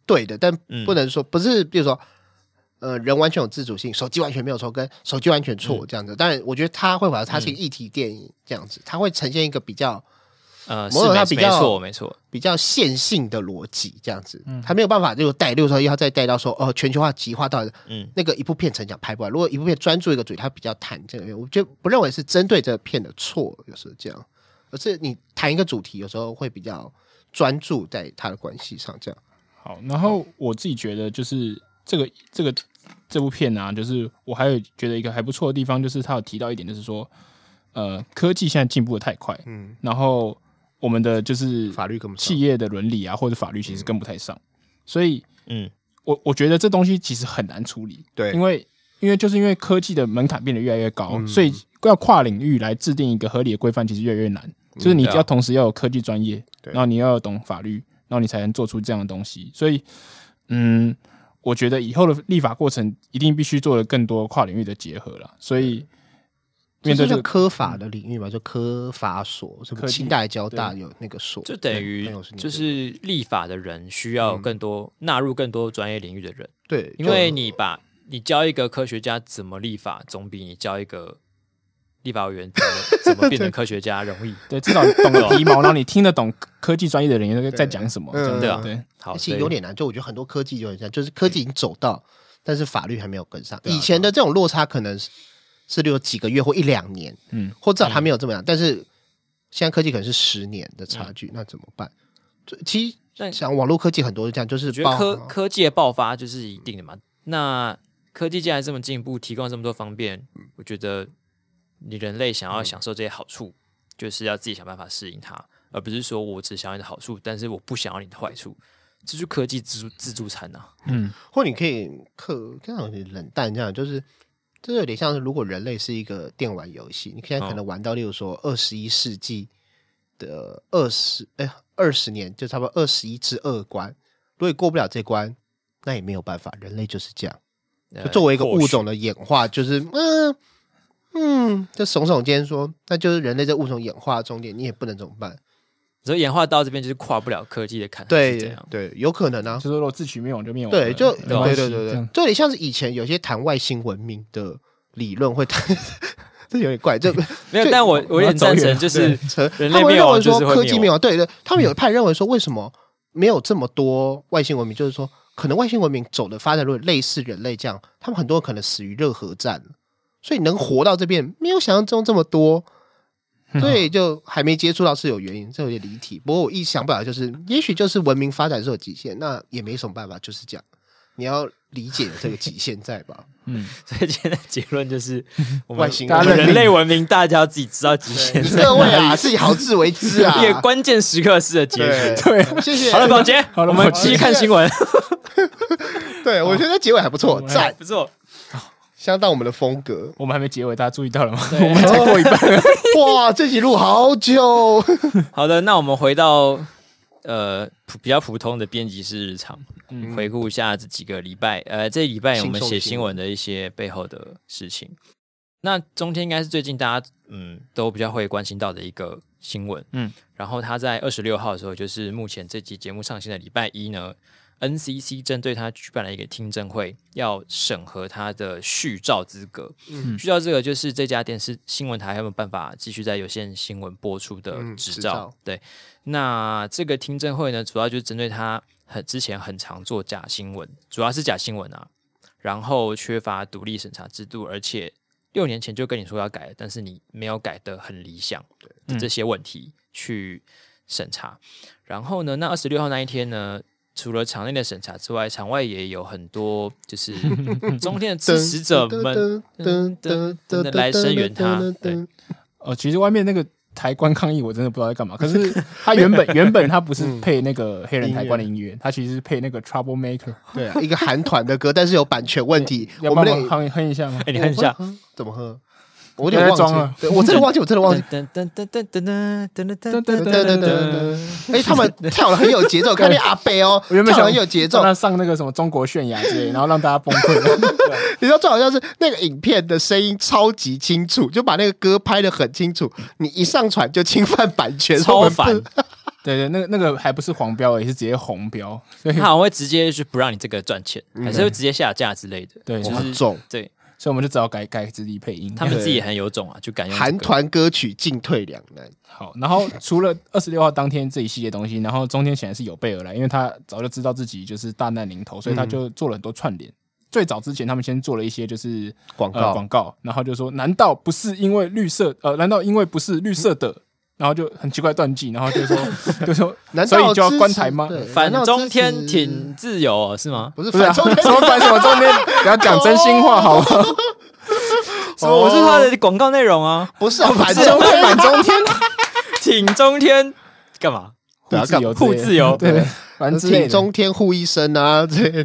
对的，但
嗯
不能说不是，比如说。呃，人完全有自主性，手机完全没有错，跟手机完全
嗯
错这样子。当然，我觉得他会把它是一个议题电影这样子，它会呈现一个比较
呃，是
某种它
没
比
没
较
错没错，
比较线性的逻辑这样子，
嗯
他没有办法就带，例如说要再带到说哦，全球化极化到
嗯
那个一部片成讲拍不完。如果一部片专注一个主题，它比较谈这个，我就不认为是针对这个片的错，有时候这样，而是你谈一个主题，有时候会比较专注在它的关系上，这样。
好。然后我自己觉得就是这个这个这部片啊，就是我还有觉得一个还不错的地方，就是他有提到一点，就是说，呃，科技现在进步的太快，
嗯，
然后我们的就是
法律跟不上
企业的伦理啊，或者法律其实跟不太上，所以
嗯，
我我觉得这东西其实很难处理，
对
因为因为就是因为科技的门槛变得越来越高，
嗯
所以要跨领域来制定一个合理的规范，其实越来越难。就是你
对啊
要同时要有科技专业，
对
然后你要有懂法律，然后你才能做出这样的东西。所以，嗯，我觉得以后的立法过程一定必须做了更多跨领域的结合了。所以，面对
这
这
就
个，
科法的领域嘛，就科法所，什么
科技
清大、交大有那个所，
就等
那
于
那个是你的嗯
就是立法的人需要更多纳入更多专业领域的人。
对，
因
就
为你把你教一个科学家怎么立法，总比你教一个立法委员怎么 怎么变成科学家容易。
对，至少懂得 皮毛，然后你听得懂科技专业的人在在讲什么，这样
嗯
子
对啊
对。
好，所
其实
以嗯
有点难，就我觉得很多科技就很像，就是科技已经走到，但是法律还没有跟上。
啊
以前的这种落差可能是是有几个月或一两年，嗯
嗯，
或至少它没有这么样，但是现在科技可能是十年的
嗯
差距，那怎么办？这其实
但
像网络科技很多就这样，就
我
是
觉得
包
科科技的爆发就是一定的嘛。那科技既然这么进步，提供这么多方便，
嗯
我觉得你人类想要享受这些好处，就是要自己想办法适应它，而不是说我只想要你的好处，但是我不想要你的坏处。这就是科技自助自助餐呐、啊。
或你可以客这样有点冷淡，这样就是。这有点像是，如果人类是一个电玩游戏，你现
哦
在可能玩到，例如说二十一世纪的二十哎二十年，就差不多二十一至二关，如果你过不了这关，那也没有办法，人类就是这样。
呃
作为一个
或
物
许
种的演化，就是嗯嗯，就耸耸肩说，那就是人类在物种演化的终点，你也不能怎么办？
所以演化到这边就是跨不了科技的坎，还是这
对
样。
对，有可能啊，
就是如果自取灭亡就灭亡了，
对，就
没关
对
系
对对
这
对
样，
就有点像是以前有些谈外星文明的理论会谈， 这有点怪，这
没有，
对
但我我也很赞成，就是
扯
人
他
类
们
灭
认
亡嗯
为
就
说
是会
科技
灭
灭亡，对对，他们有一派认为说，为什么没有这么多外星文明？就是说，可能外星文明走的发展路类似人类这样，他们很多人可能死于热核战，所以能活到这边，没有想象中这么
嗯
多。对，就还没接触到是有原因，这有点离题。不过我一想不了，就是也许就是文明发展是有极限，那也没什么办法，就是这样。你要理解这个极限在 吧？
嗯，
所以现在结论就是，我们
外星
我们
大家认
人
定
类文明，大家要自己知道极限。
各位啊，自己好自为之啊！
也关键时刻是的结
对
局。
对，
谢谢。
好了，宝杰，
好了
我们
宝
继
杰
续看新闻，
对我觉得结尾还不错，赞，
不错。
相当我们的风格。
我们还没结尾，大家注意到了吗？我们才过一半，
哇，这集录好久，
好的，那我们回到呃普比较普通的编辑室日常，
嗯
回顾一下这几个礼拜，呃，这礼拜我们
轻松
写
的
新
新闻
闻的一些背后的事情。那中间应该是最近大家嗯都比较会关心到的一个新闻，
嗯，
然后他在二十六号的时候，就是目前这期节目上线的礼拜一呢，NCC 针对他举办了一个听证会，要审核他的续照资格。
嗯
续照资格就是这家电视新闻台还有没有办法继续在有线新闻播出的
嗯
执
执
照。
照
对，那这个听证会呢，主要就是针对他很之前很常做假新闻，主要是假新闻啊，然后缺乏独立审查制度，而且六年前就跟你说要改了，但是你没有改的很理想，
嗯
这些问题去审查。然后呢，那二十六号那一天呢，除了场内的审查之外，场外也有很多就是 中天的支持者们。
噔
噔噔来声援他对
哦，其实外面那个抬棺抗议，我真的不知道在干嘛。可 是他原本原本他不
嗯
是配那个黑人抬棺的音乐，他其实是配那个 Trouble Maker。
对啊，一个韩团的歌，但是有版权问题，
要
我
帮
们
我
得
哼哼一下吗？
哎、你看一下，
我会哼怎么喝，我有点忘
不要再装了
记，对我真的忘记，我真的忘记。
噔噔噔噔噔噔噔噔噔
噔噔
噔
噔噔
噔
噔噔，哎，他们跳的很有节奏，看那阿贝哦，
我原本
跳得
想
很有节奏
让。他上那个什么中国泫雅之类，然后让大家崩 溃。
你知道最好笑是那个影片的声音超级清楚，就把那个歌拍的很清楚，你一上传就侵犯版权，
超
我们不
烦
对对，那个那个还不是黄标，也是直接红标。所以
他好像会直接就不让你这个赚钱，还是会直接下架之类的。
对
就
哇
是
重
对
所以我们就只好改改自己配音。
他们自己也很有种啊，就敢用这个
韩团歌曲进退两难。
好，然后除了二十六号当天这一系列东西，然后中间显然是有备而来，因为他早就知道自己就是大难临头，所以
嗯
他就做了很多串联。最早之前，他们先做了一些就是
广
呃
告
广告，然后就说：“难道不是因为绿色？呃，难道因为不是绿色的？”然后就很奇怪断句，然后就 说就说，
难
所
道
以就要
支
关
持
台吗？
对
反
难道
中天
支持
挺自由哦、是吗？
不是
不是、啊，
反
什
中天哦
么关什么中间不要讲真心话好吗？
什么？我是他的广告内容啊，
不是啊，反
中
中
天
天
反中天，
挺中天干嘛？
对啊
互自由之类的，
互自由
对，反正之类
挺
的
中天护医生啊， 这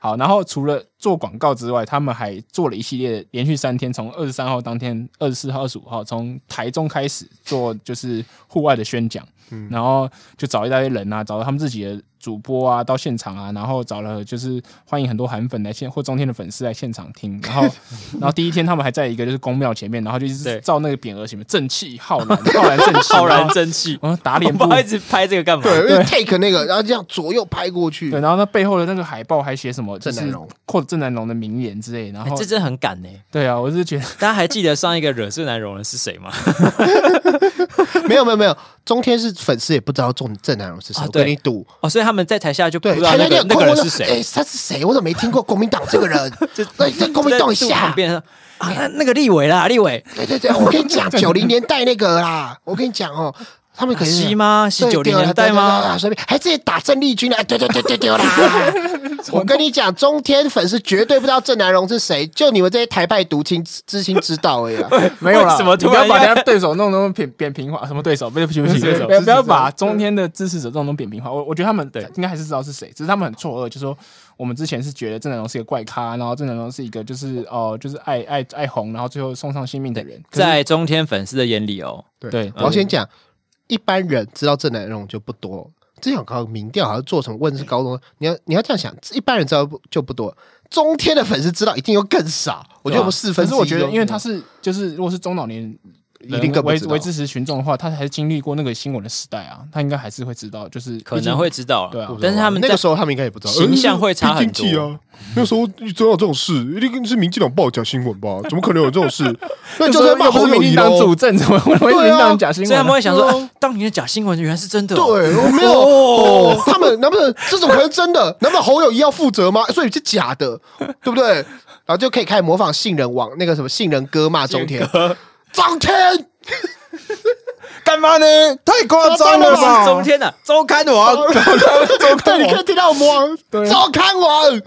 好，然后除了做广告之外，他们还做了一系列连续三天，从二十三号当天、二十四号、二十五号，从台中开始做就是户外的宣讲，
嗯
然后就找一大堆人啊，找到他们自己的主播啊到现场啊，然后找了就是欢迎很多韩粉来现或中天的粉丝来现场听， 然后然后第一天他们还在一个就是宫庙前面，然后就一
对
直照那个匾额前面正气浩然，浩然正 气，
浩然正气，
然后嗯打
我
脸
不
部
知。道一直拍这个干嘛？
对，因为 take 那个，然后这样左右拍过去
对，，然后那背后的那个海报还写什么？就
郑
是
南榕
或者郑南龙的名言之类，然
哎
后
这真的很敢呢、
对啊，我是觉得
大家还记得上一个惹事男容人是谁吗？
没有没有没有，中天是粉丝也不知道中郑南榕是谁，
啊
我跟
对
你赌，
哦，所以他们在台下就不
对，
知道那
就
个那个人是谁
哎，，他是谁？我怎么没听过国民党这个人？
就
对，在国民党一
在旁
下，
边说啊，那那个立委啦，立委
对对对，我跟你讲，九零年代那个啦，我跟你讲哦，他们可是
西吗？是
对
九零年代？
对对对
吗？
对随便，还自己打郑丽君的，哎对对对对对啦！我跟你讲，中天粉丝绝对不知道郑南荣是谁，就你们这些台派独青知青知道而已啦。
没有啦，
为什么
你
突
不要
然
把
要
人家对手弄得那么扁扁平化？什么对手？不是不是不是，
对手
不要不要
支持者
把中天的支持者弄成扁平化。我我觉得他们
对
应该还是知道是谁，只是他们很错愕，就说我们之前是觉得郑南榕是一个怪咖，然后郑南榕是一个就是哦、就是爱爱爱红，然后最后送上性命的人。可是
在中天粉丝的眼里哦，
对
我先讲，一般人知道郑南榕就不多。之前有搞民调，好像做什么问是高中，你要你要这样想，一般人知道不就不多，中天的粉丝知道一定又更少。我觉得我们四分
可
之
是
一
我觉得，因为他
是
是就是如果是中老年
一定更不
为
知道
为。支持群众的话，他还是经历过那个新闻的时代啊，他应该还是会知道，就是
可能会知道
对啊
啊，但是他们
那
在
个时候，他们应该也不知道，
呃
形象会差很
一定记
多。
啊。那时候总有这种事，一定是民进党报假新闻吧？怎么可能有这种事？那你
毕竟。
就
那
算
时候
骂
又不
侯
是
友
民
谊
进党主
喽。
政，怎么会会
对
民
啊
进党假新
所以他
闻
们
呢？
会想说，啊当年的假新闻原来是真的哦。
对，我没有，哦、他们难不能这种可能真的？难不能侯友谊要负责吗？所以是假的，对不对？
然后就可以开始模仿杏仁王那个什么杏仁哥骂中天，
张天，
干嘛呢？太夸
张了吧
是中天啊的周刊王，
对，你可以听到我们王
对
周刊王，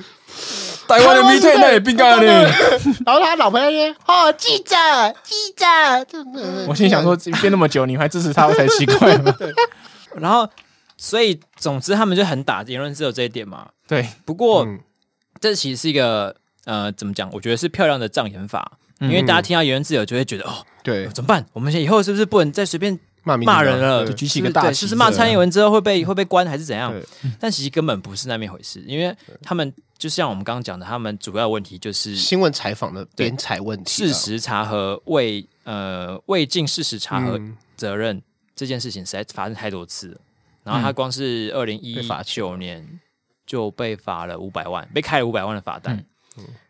台湾的 Me Too 那也病干呢。
然后他老婆在那边哦，记者，记者，就
我心想，说， 变那么久，你还支持他才奇怪 嘛？
然后所以总之他们就很打言论自由这一点嘛。
对，
不过、
嗯
这其实是一个呃，怎么讲？我觉得是漂亮的障眼法，因为大家听到言论自由就会觉得哦，
对，
怎么办？我们现在以后是不是不能再随便
骂民进
啊
骂
党
人了？
对
举起一个大
是不
旗
是对就是骂
对
蔡英文之后会被会 被关还是怎样
对？
但其实根本不是那么一回事，因为他们就像我们刚刚讲的，他们主要问题就是
新闻采访的编采问题啊，
事实查核未呃未尽事实查核
嗯
责任、这件事情实在发生太多次了。然
嗯
后他光是二零一九年就被罚了五百万，被开了五百万的罚单。
嗯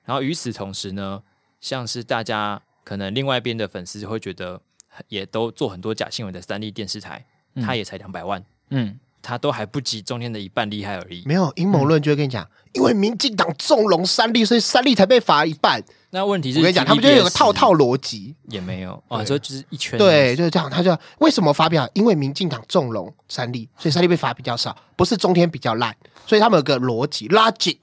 然后与此同时呢，像是大家可能另外一边的粉丝会觉得，也都做很多假新闻的三立电视台，他也才两百万，
嗯，
他都还不及中间的一半厉害而已。
没有阴谋论就会跟你讲，嗯因为民进党纵容三立，所以三立才被罚一半。
那问题是，
我跟你讲，他们就有个套套逻辑，
也没有哦，你说就是一圈
对，就是这样。他就为什么发表？因为民进党纵容三立，所以三立被罚比较少，不是中天比较烂，所以他们有个逻辑 logic。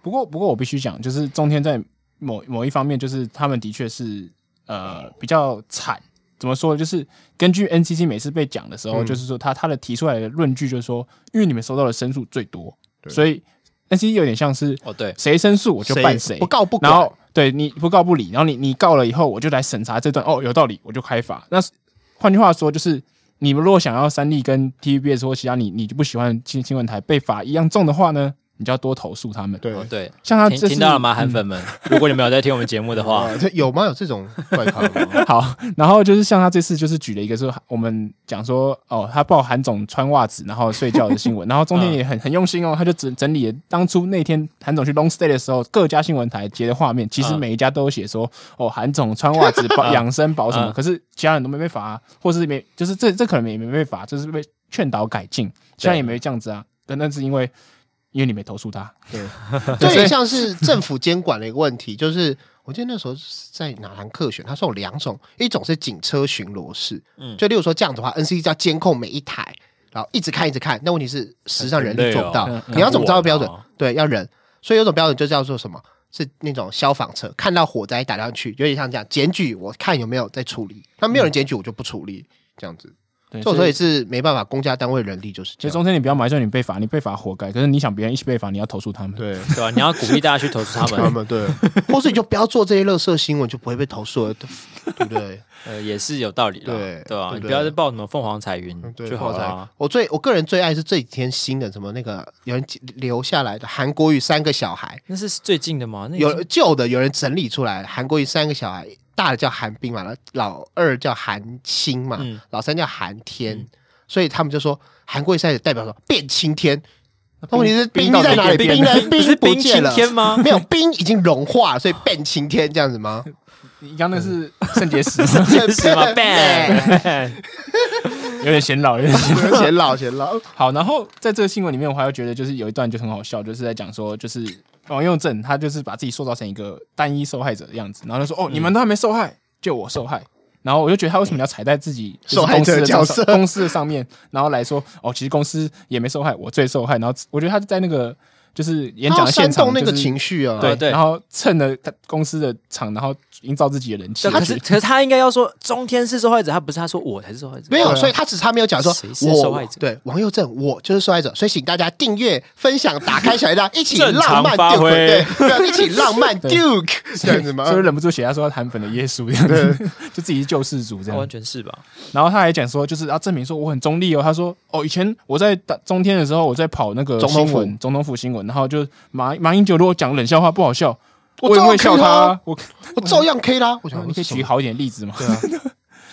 不过不过我必须讲，就是中天在某某一方面，就是他们的确是呃比较惨。怎么说？就是根据 NCC 每次被讲的时候，就是说他他的提出来的论据就是说，因为你们收到的申诉最多，所以 NCC 有点像是
哦对
谁申诉我就办谁，
不告不管
然后对你不告不理，然后你你告了以后，我就来审查这段哦有道理，我就开罚。那换句话说，就是你们如果想要三立跟 TVBS 或其他你你就不喜欢新新闻台被罚一样重的话呢，你就要多投诉他们。
对
哦，对，
像他这嗯
听
是
听到了吗，韩粉们？ 如果你们有在听我们节目的话
哇，，这有吗？有这种怪咖吗？
好，然后就是像他这次就是举了一个说，我们讲说哦，他报韩总穿袜子然后睡觉的新闻，然后
嗯
中天也很很用心哦，他就整整理了当初那天韩总去 long stay 的时候，各家新闻台截的画面，其实
嗯
每一家都有写说哦，韩总穿袜子保
嗯
养生保什么，
嗯
可是其他人都没被罚、啊或是没就是这这可能也没被罚，就是被劝导改进，虽然也没这样子啊，可那是因为因为你没投诉他，
这也像是政府监管的一个问题， 就是我记得那时候是在哪堂课选，它是有两种，一种是警车巡逻式，
嗯
就例如说这样子的话，NC 要监控每一台，然后一直看一直看，那问题是实际上人力做不到，
很累哦
你要怎么知道标准？
看不完哦
对，要人，所以有种标准就叫做什么？是那种消防车看到火灾打上去，有点像这样检举，我看有没有在处理。那没有人检举，我就不处理，这样子。
对
所以我说也是没办法，公家单位人力就是
所以
这样。
中天你不要埋怨你被罚，你被罚活该，可是你想别人一起被罚，你要投诉他们。
对，
对吧？你要鼓励大家去投诉他
他
们，
们对，
或是你就不要做这些乐色新闻，就不会被投诉了，对对 不对？
呃，也是有道理的，
对
对吧？
对
你不要再报什么凤凰彩云
嗯
对
就好了啊。
我最我个人最爱是这几天新的什么那个有人留下来的韩国语三个小孩，
那是最近的吗？那已经
有旧的有人整理出来，韩国语三个小孩，大的叫韩冰嘛，老二叫韩青嘛，
嗯
老三叫韩天，所以他们就说韩国语三个代表说变青天。那问题是
冰
冰
到底
在哪里？
变
冰呢？
冰不是
不
冰
见
晴
了，
天 吗
没有，冰已经融化了，所以变青天这样子吗？
你刚
嗯
那是肾结 石，
是 吗
Bang
有点显老，有点显老。
显老显老，
好，然后在这个新闻里面，我还会觉得就是有一段就很好笑，就是在讲说，就是王佑正他就是把自己塑造成一个单一受害者的样子，然后就
嗯
说哦，你们都还没受害，就我受害。然后我就觉得他为什么要踩在自己就是
嗯受害者
公司上
的角色
公司的上面，然后来说哦，其实公司也没受害，我最受害。然后我觉得他在那个就是 演讲
他
的
煽
现场、
动
就是，
那个情绪啊，
对
哦对
然后趁了他公司的场，然后营造自己的人气。
但可是可是他应该要说中天是受害者，他不是他说我才是受害者，
没
对
有，
啊
所以他只差没有讲说
谁，是受害
我
者
对王佑正，我就是受害者，所以请大家订阅、分享、打开小铃铛，一起
正常
浪漫
发
Duke，
挥
对，啊对，一起浪漫 Duke 这样子吗
所？以忍不住写他说他韩粉的耶稣，这样子 就自己是救世主这
他
样
完。全是吧？
然后他还讲说，就是要证明说我很中立哦。他说哦，以前我在打中天的时候，我在跑那个
总统
新
府
闻，总统府新闻，然后就马马英九如果讲冷笑话不好笑，我
照
也
样
会笑
可以
他
啊
啊。我
我照样 K 啦，我想
你可以举
好，
好一点例子嘛？
对啊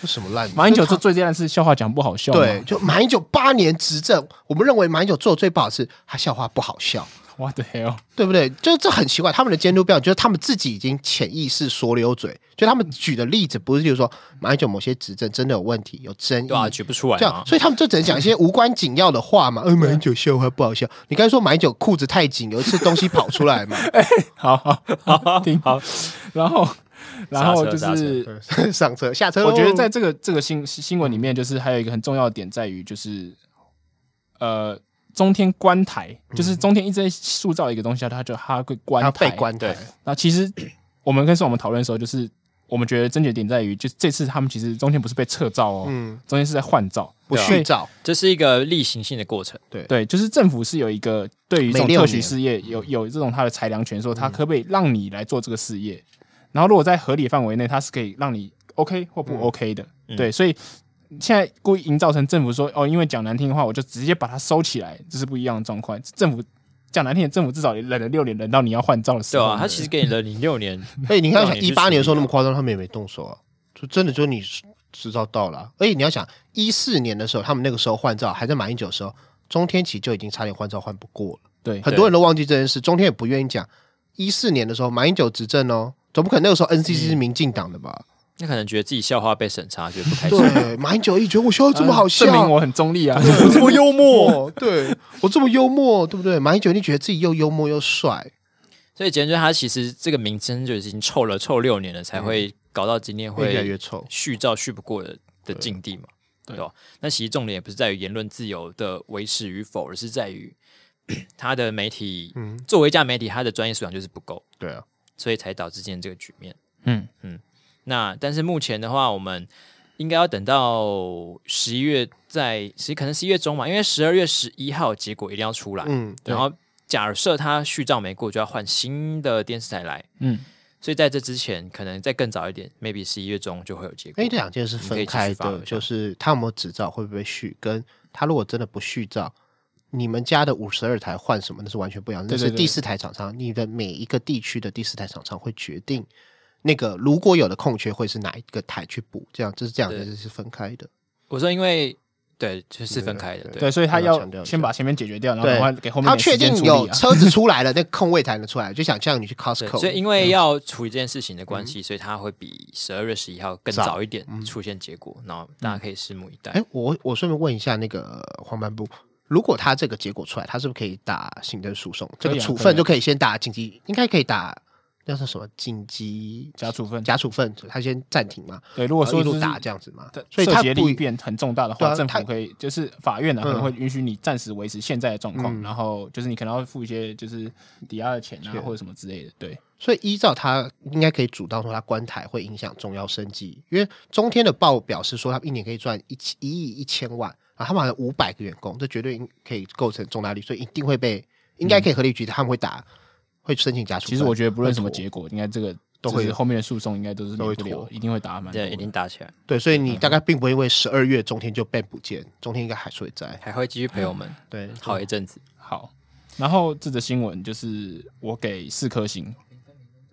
这什么烂？
马英九做最这件啊事，笑话讲不好笑嘛。
对，就马英九八年执政，我们认为马英九做的最不好是他笑话不好笑，
，What the hell？
对不对？就这很奇怪，他们的监督标准就是他们自己已经潜意识说溜嘴，就他们举的例子不是就是说马英九某些执政真的有问题、有争议
对，啊，举不出来
嗯这
嘛
样，。所以他们就只能讲一些无关紧要的话嘛。呃，马英九笑话不好笑，你刚才说马英九裤子太紧，有一次东西跑出来嘛，
好好 好，听
好。
然后，然后就
刹车
是
上车下车喽。
我觉得在这个这个新新闻里面，就是还有一个很重要的点在于，就是呃，中天观台，就是中天一直在塑造一个东西，啊它就它会观
嗯他
台。
被关台
对，
那其实我们跟宋我们讨论的时候，就是我们觉得症结点在于，就是这次他们其实中天不是被撤照哦，
嗯，
中天是在换照，
不
所
续
以
照，
这是一个例行性的过程。
对，就是政府是有一个对于这种
每六
特
年
许事业有有这种它的裁量权，说它可不可以让你来做这个事业，然后如果在合理范围内，它是可以让你 OK 或不 OK 的，对，所以现在故意营造成政府说哦，因为讲难听的话，我就直接把它收起来，这是不一样的状况。政府讲难听点，政府至少也忍了六年，忍到你要换照的时
对
候，
啊，他其实给你了你六年，
哎，你看
让
想
你去
一八年的时候
处理
那么夸张，他们也没动手啊，就真的就你执照到了啊。而且你要想，一四年的时候，他们那个时候换照还在马英九的时候，中天其实就已经差点换照换不过了。
对
很多人都忘记这件事，中天也不愿意讲。一四年的时候，马英九执政哦，总不可能那个时候 NCC 是民进党的吧？
那可能觉得自己笑话被审查，觉得不开 心。
对，马英九一觉得我笑得这么好笑，
证明我很中 立啊。
嗯
我这么幽默，对我这么幽默，对不对？马英九一定觉得自己又幽默又帅，
所以简就是他其实这个名称就已经臭了臭六年了，才会搞到今天
会嗯越来越
会
臭。
续照续不过的的境地嘛，对吧？那其实重点也不是在于言论自由的维持与否，而是在于 他的媒体
嗯
作为一家媒体，他的专业素养就是不够，
对啊，
所以才导致今天这个局面。
嗯
嗯，那但是目前的话，我们应该要等到十一月在，其实可能十一月中嘛，因为十二月十一号结果一定要出来，
嗯，
然后假设他续照没过，就要换新的电视台来。
嗯，
所以在这之前，可能再更早一点，maybe 十一月中就会有结果。
哎，这两件是分开
你可以继续发
的，
挥
就是他有没有执照，会不会续，跟他如果真的不续照。你们家的五十二台换什么，那是完全不一样的，那
对
是
对对
第四台厂商，你的每一个地区的第四台厂商会决定那个如果有的空缺会是哪一个台去补，这样这是这样的，
对
这是分开的。
我说，因为对，就是分开的，
对
对，所以他
我要强调
要
一下
先把前面解决掉，然后
对
赶快给后面
他
的时
确
间
定
处理
有
啊。
车子出来了，那空位才能出来，就想像你去
对
Costco，
所以因为要处理这件事情的关
嗯
系，所以它会比十二月十一号更早一点出现结果，然
嗯
后大家可以拭目以待。
哎，我我顺便问一下那个呃黄斑部，如果他这个结果出来，他是不是可以打行政诉讼？这
可以啊
个处
可以
分
啊
就可以先打紧急，应该可以打那是什么紧急
加处分
假处分，他先暂停嘛，
对，如果
然后
说
一
就
路
是
打这样子嘛
这，
所以
涉
他
及
不
利
一
变很重大的
对
话，
啊
政
他
府可以就是法院呢、啊可能
嗯
会允许你暂时维持现在的状况，然后就是你可能要付一些就是抵押的钱啊
是
或者什么之类的。对，
所以依照他应该可以主张说他关台会影响中药生计，因为中天的报表示说他们一年可以赚一千一亿一千万，啊，他们好像五百个员工，这绝对应可以构成重大利益，所以一定会被应该可以合理举，他们会打会申请加处分。
其实我觉得不论什么
会拖
结果，应该这个
都
就是
会
后面的诉讼应该都是
都会
免不
拖
了，一定会打满。
对，一定打起来，
对，所以你大概并不会因为十二月中天就被不见，中天应该还是会在。
还会继续陪我们
嗯对，
好一阵子。
好。然后这则新闻就是我给四颗星，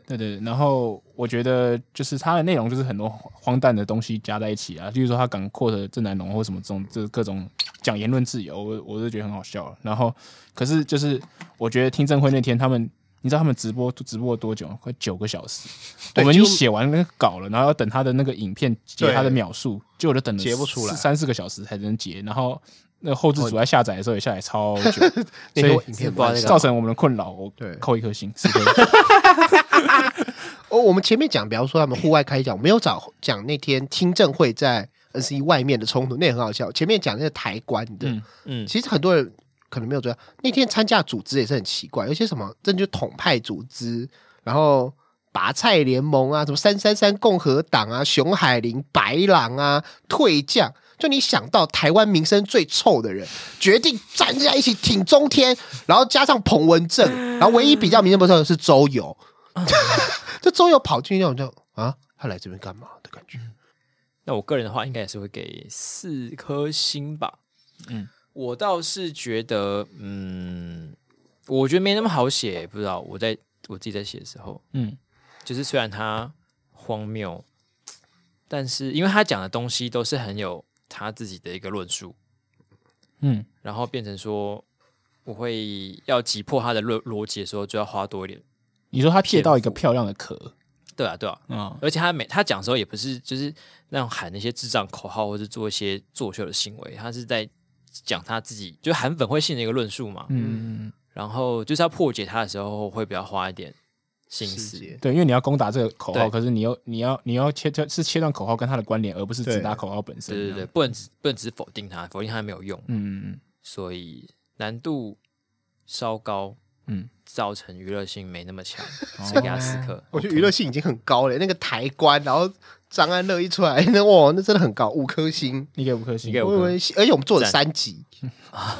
对对。对然后我觉得就是它的内容就是很多荒诞的东西加在一起啊，例如说他敢 quote 郑南龙或什么这种，就是各种讲言论自由，我我就觉得很好笑了。然后可是就是我觉得听证会那天他们。你知道他们直播直播多久？快九个小时。我
对
们已经
就
写完那个稿了，然后要等他的那个影片截他的秒数，结果就等了
截不出来
四三四个小时才能截。然后那个后置组在下载的时候也下载超久，
那
所以
个影片
不知道
蛮
那个
造成我们的困扰，我
对
扣一颗星，是的，
哦，我们前面讲，比方说他们户外开讲，我没有找讲那天听证会在 NC 外面的冲突，那也很好笑。前面讲那个台关的，
嗯
嗯
其实很多人可能没有注意到，那天参加的组织也是很奇怪，有些什么这就统派组织，然后拔菜联盟啊，什么三三三共和党啊，熊海林、白狼啊，退将。就你想到台湾名声最臭的人，决定站在一起挺中天，然后加上彭文正，然后唯一比较名声不臭的是周游，这周游跑进去那种就啊，他来这边干嘛的感觉？
嗯
那我个人的话，应该也是会给四颗星吧。
嗯，
我倒是觉得，嗯，我觉得没那么好写，不知道我在我自己在写的时候，
嗯，
就是虽然它荒谬，但是因为他讲的东西都是很有他自己的一个论述，
嗯，
然后变成说我会要击破他的逻逻辑的时候，就要花多一点。
你说他借到一个
骗
漂亮的壳，
对啊，对啊，
嗯，
而且他每他讲的时候也不是就是那种喊那些智障口号，或是做一些作秀的行为，他是在讲他自己，就是韩粉会信的一个论述嘛。
嗯，
然后就是要破解他的时候，会比较花一点心
世
思。
界
对，因为你要攻打这个口号，
对
可是你又你要你要切断是切断口号跟它的关联，而不是只
对
打口号本身。
对对对，，不能只不能只否定他，否定他没有用，
嗯
所以难度稍高，
嗯，
造成娱乐性没那么强。所以给他四 颗，
我觉得娱乐性已经很高了，那个抬棺，然后张安乐一出来，那哇，那真的很高，五颗星。
你给五颗星，
你给五
我以为，而且我们做了 三集，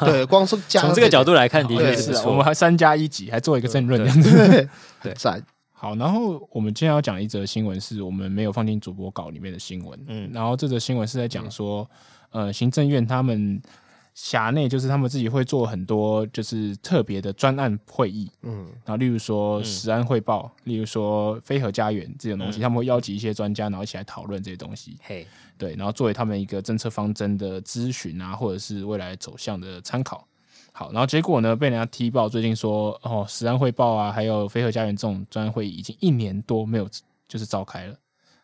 对，光是加
从这个角
度
度来看，的
好
确
也是
不
啊，
错。
我们还三加一级，还做一个争论这 样子。
赞，
好，然后我们今天要讲一则新闻，是我们没有放进主播稿里面的新闻。
嗯
嗯，然后这则新闻是在讲说，呃，行政院他们辖内就是他们自己会做很多就是特别的专案会议，
嗯，
然后例如说食安汇报，例如说非核家园这种东西，他们会邀集一些专家，然后一起来讨论这些东西。
嘿，
对，然后作为他们一个政策方针的咨询啊，或者是未来走向的参考。好，然后结果呢，被人家踢爆，最近说哦，实安汇报啊，还有飞鹤家园这种专案会议已经一年多没有就是召开了。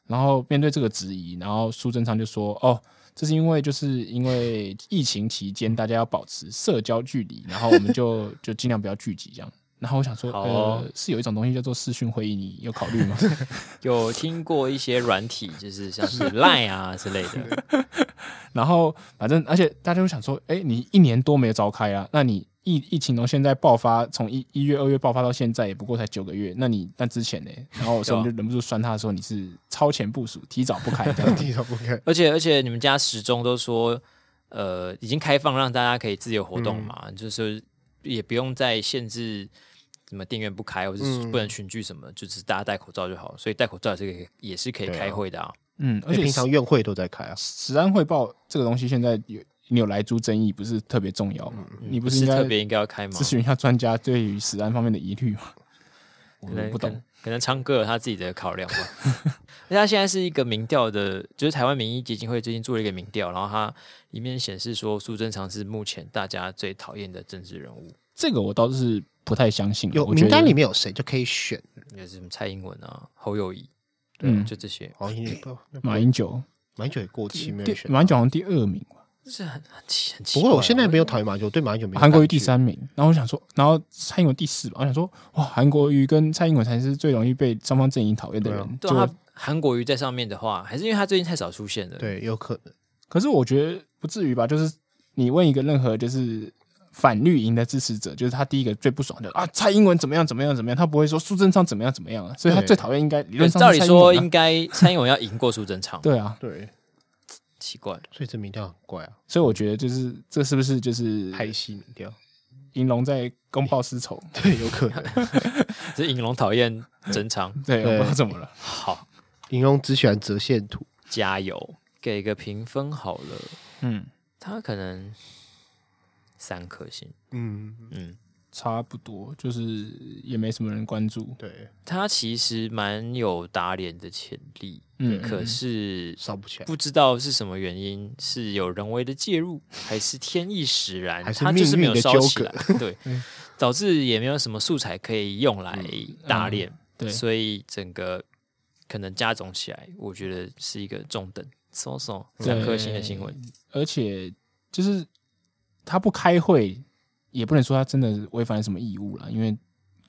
然后面对这个质疑，然后苏贞昌就说哦。这是因为，就是因为疫情期间，大家要保持社交距离，然后我 们就就尽量不要聚集这样。然后我想说，
好哦
呃，是有一种东西叫做视讯会议，你有考 虑吗？
有听过一些软体，就是像是 Line 啊之类 的，
然后反正而且大家会想说，哎，你一年多没有召开啊，那你疫疫情从现在爆发，从一一月二月爆发到现在也不过才九个月，那你那之 前呢？然后我说
对啊
我就忍不住酸他说你是超前部署，提早不开 这样
你都不看，
而且而且你们家始终都说，呃，已经开放让大家可以自由活动嘛，就是也不用再限制。什么电源不开，或者是
嗯
不能群聚什么，就只是大家戴口罩就好。所以戴口罩这个也是可以
对啊
开会的啊。
嗯，而
而且
且
哎平常
时
院会都在开啊，
时安汇报这个东西现在有你有来租争议，不是特别重要吗？
嗯
你不
不
是应
是
该
特别应该要开吗？
咨询一下专家对于时安方面的疑虑吗？我
可能
不
可能
懂，
可能昌哥有他自己的考量吧。 而且他现在是一个民调的，就是台湾民意基金会最近做了一个民调，然后它里面显示说苏贞昌是目前大家最讨厌的政治人物，
这个我倒是不太相信啊。
有
我觉
名
得
单里面有谁就可以选，
也是什么蔡英文啊、侯友谊，对、
嗯
就这些，
好像也不
马英九，
哦马英九也过期没
第
有选，
马英九好像第二名。
是很很奇很奇
不
怪啊。
过我现在没有讨厌马英九，我对马英九没有
韩国瑜
感觉
第，三名，然后我想说，然后蔡英文第四吧，我想说，哇，韩国瑜跟蔡英文才是最容易被双方阵营讨厌的人。
对啊他韩国瑜在上面的话，还是因为他最近太少出现了。
对，有可能，
可是我觉得不至于吧，就是你问一个任何就是反绿营的支持者，就是他第一个最不爽的啊，蔡英文怎么样怎么样怎么样，他不会说苏贞昌怎么样怎么样啊，所以他
对
最讨厌应该理
对，
论上
照
是
理
蔡英
说
文啊
应该蔡英文要赢过苏贞昌，
对啊，
对，
奇怪，
所以这民调很怪啊，
所以我觉得就是这是不是就是
拍戏民调，
银龙在公报私仇？
对，有可能，
是银龙讨厌贞昌，
对，我
对
不知道怎么了。
好
林荣只喜欢折线图，
加油，给个评分好了。
嗯，
他可能三颗星，
嗯，
嗯，
差不多，就是也没什么人关注。
对，
他其实蛮有打脸的潜力，
嗯，
可是
烧不起来，
不知道是什么原因，是有人为的介 入，还是天意使然，
还是
他就是没有
命运的
烧起
纠
来， 对，导致也没有什么素材可以用
嗯
来打脸，
对，
所以整个可能加总起来，我觉得是一个中等。松松三颗星的新闻，
而且就是他不开会，也不能说他真的违反了什么义务啦，因为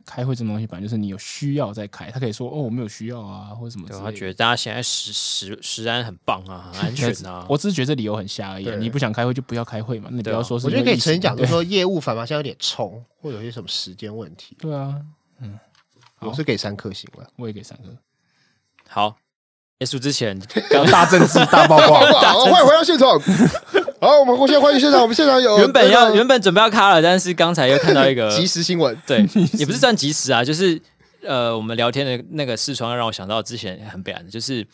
开会这种东西本来就是你有需要再开，他可以说哦我没有需要啊，或者什么之
对
类的。，
他觉得大家现在食食食安很棒啊，很安全啊
我只是觉得这理由很瞎而已啊、
对
你不想开会就不要开会嘛，那你不
对啊
要说是
我觉得可以
因为疫
承
情
认讲，就
对
是说业务反方向有点冲，或者有些什么时间问题，
对啊，好
我是给三颗星了。
我也给三个。
好，结束之前，
刚大政治大爆
好
挂，
好，欢迎回到现场。好，我们现在欢迎现场，我们现场有
原本
这
要
个
原本准备要卡了，但是刚才又看到一个，
哦啊 即时新闻，
对，也不是算及时啊，就是呃，我们聊天的那个视窗让我想到之前很北蓝的，就是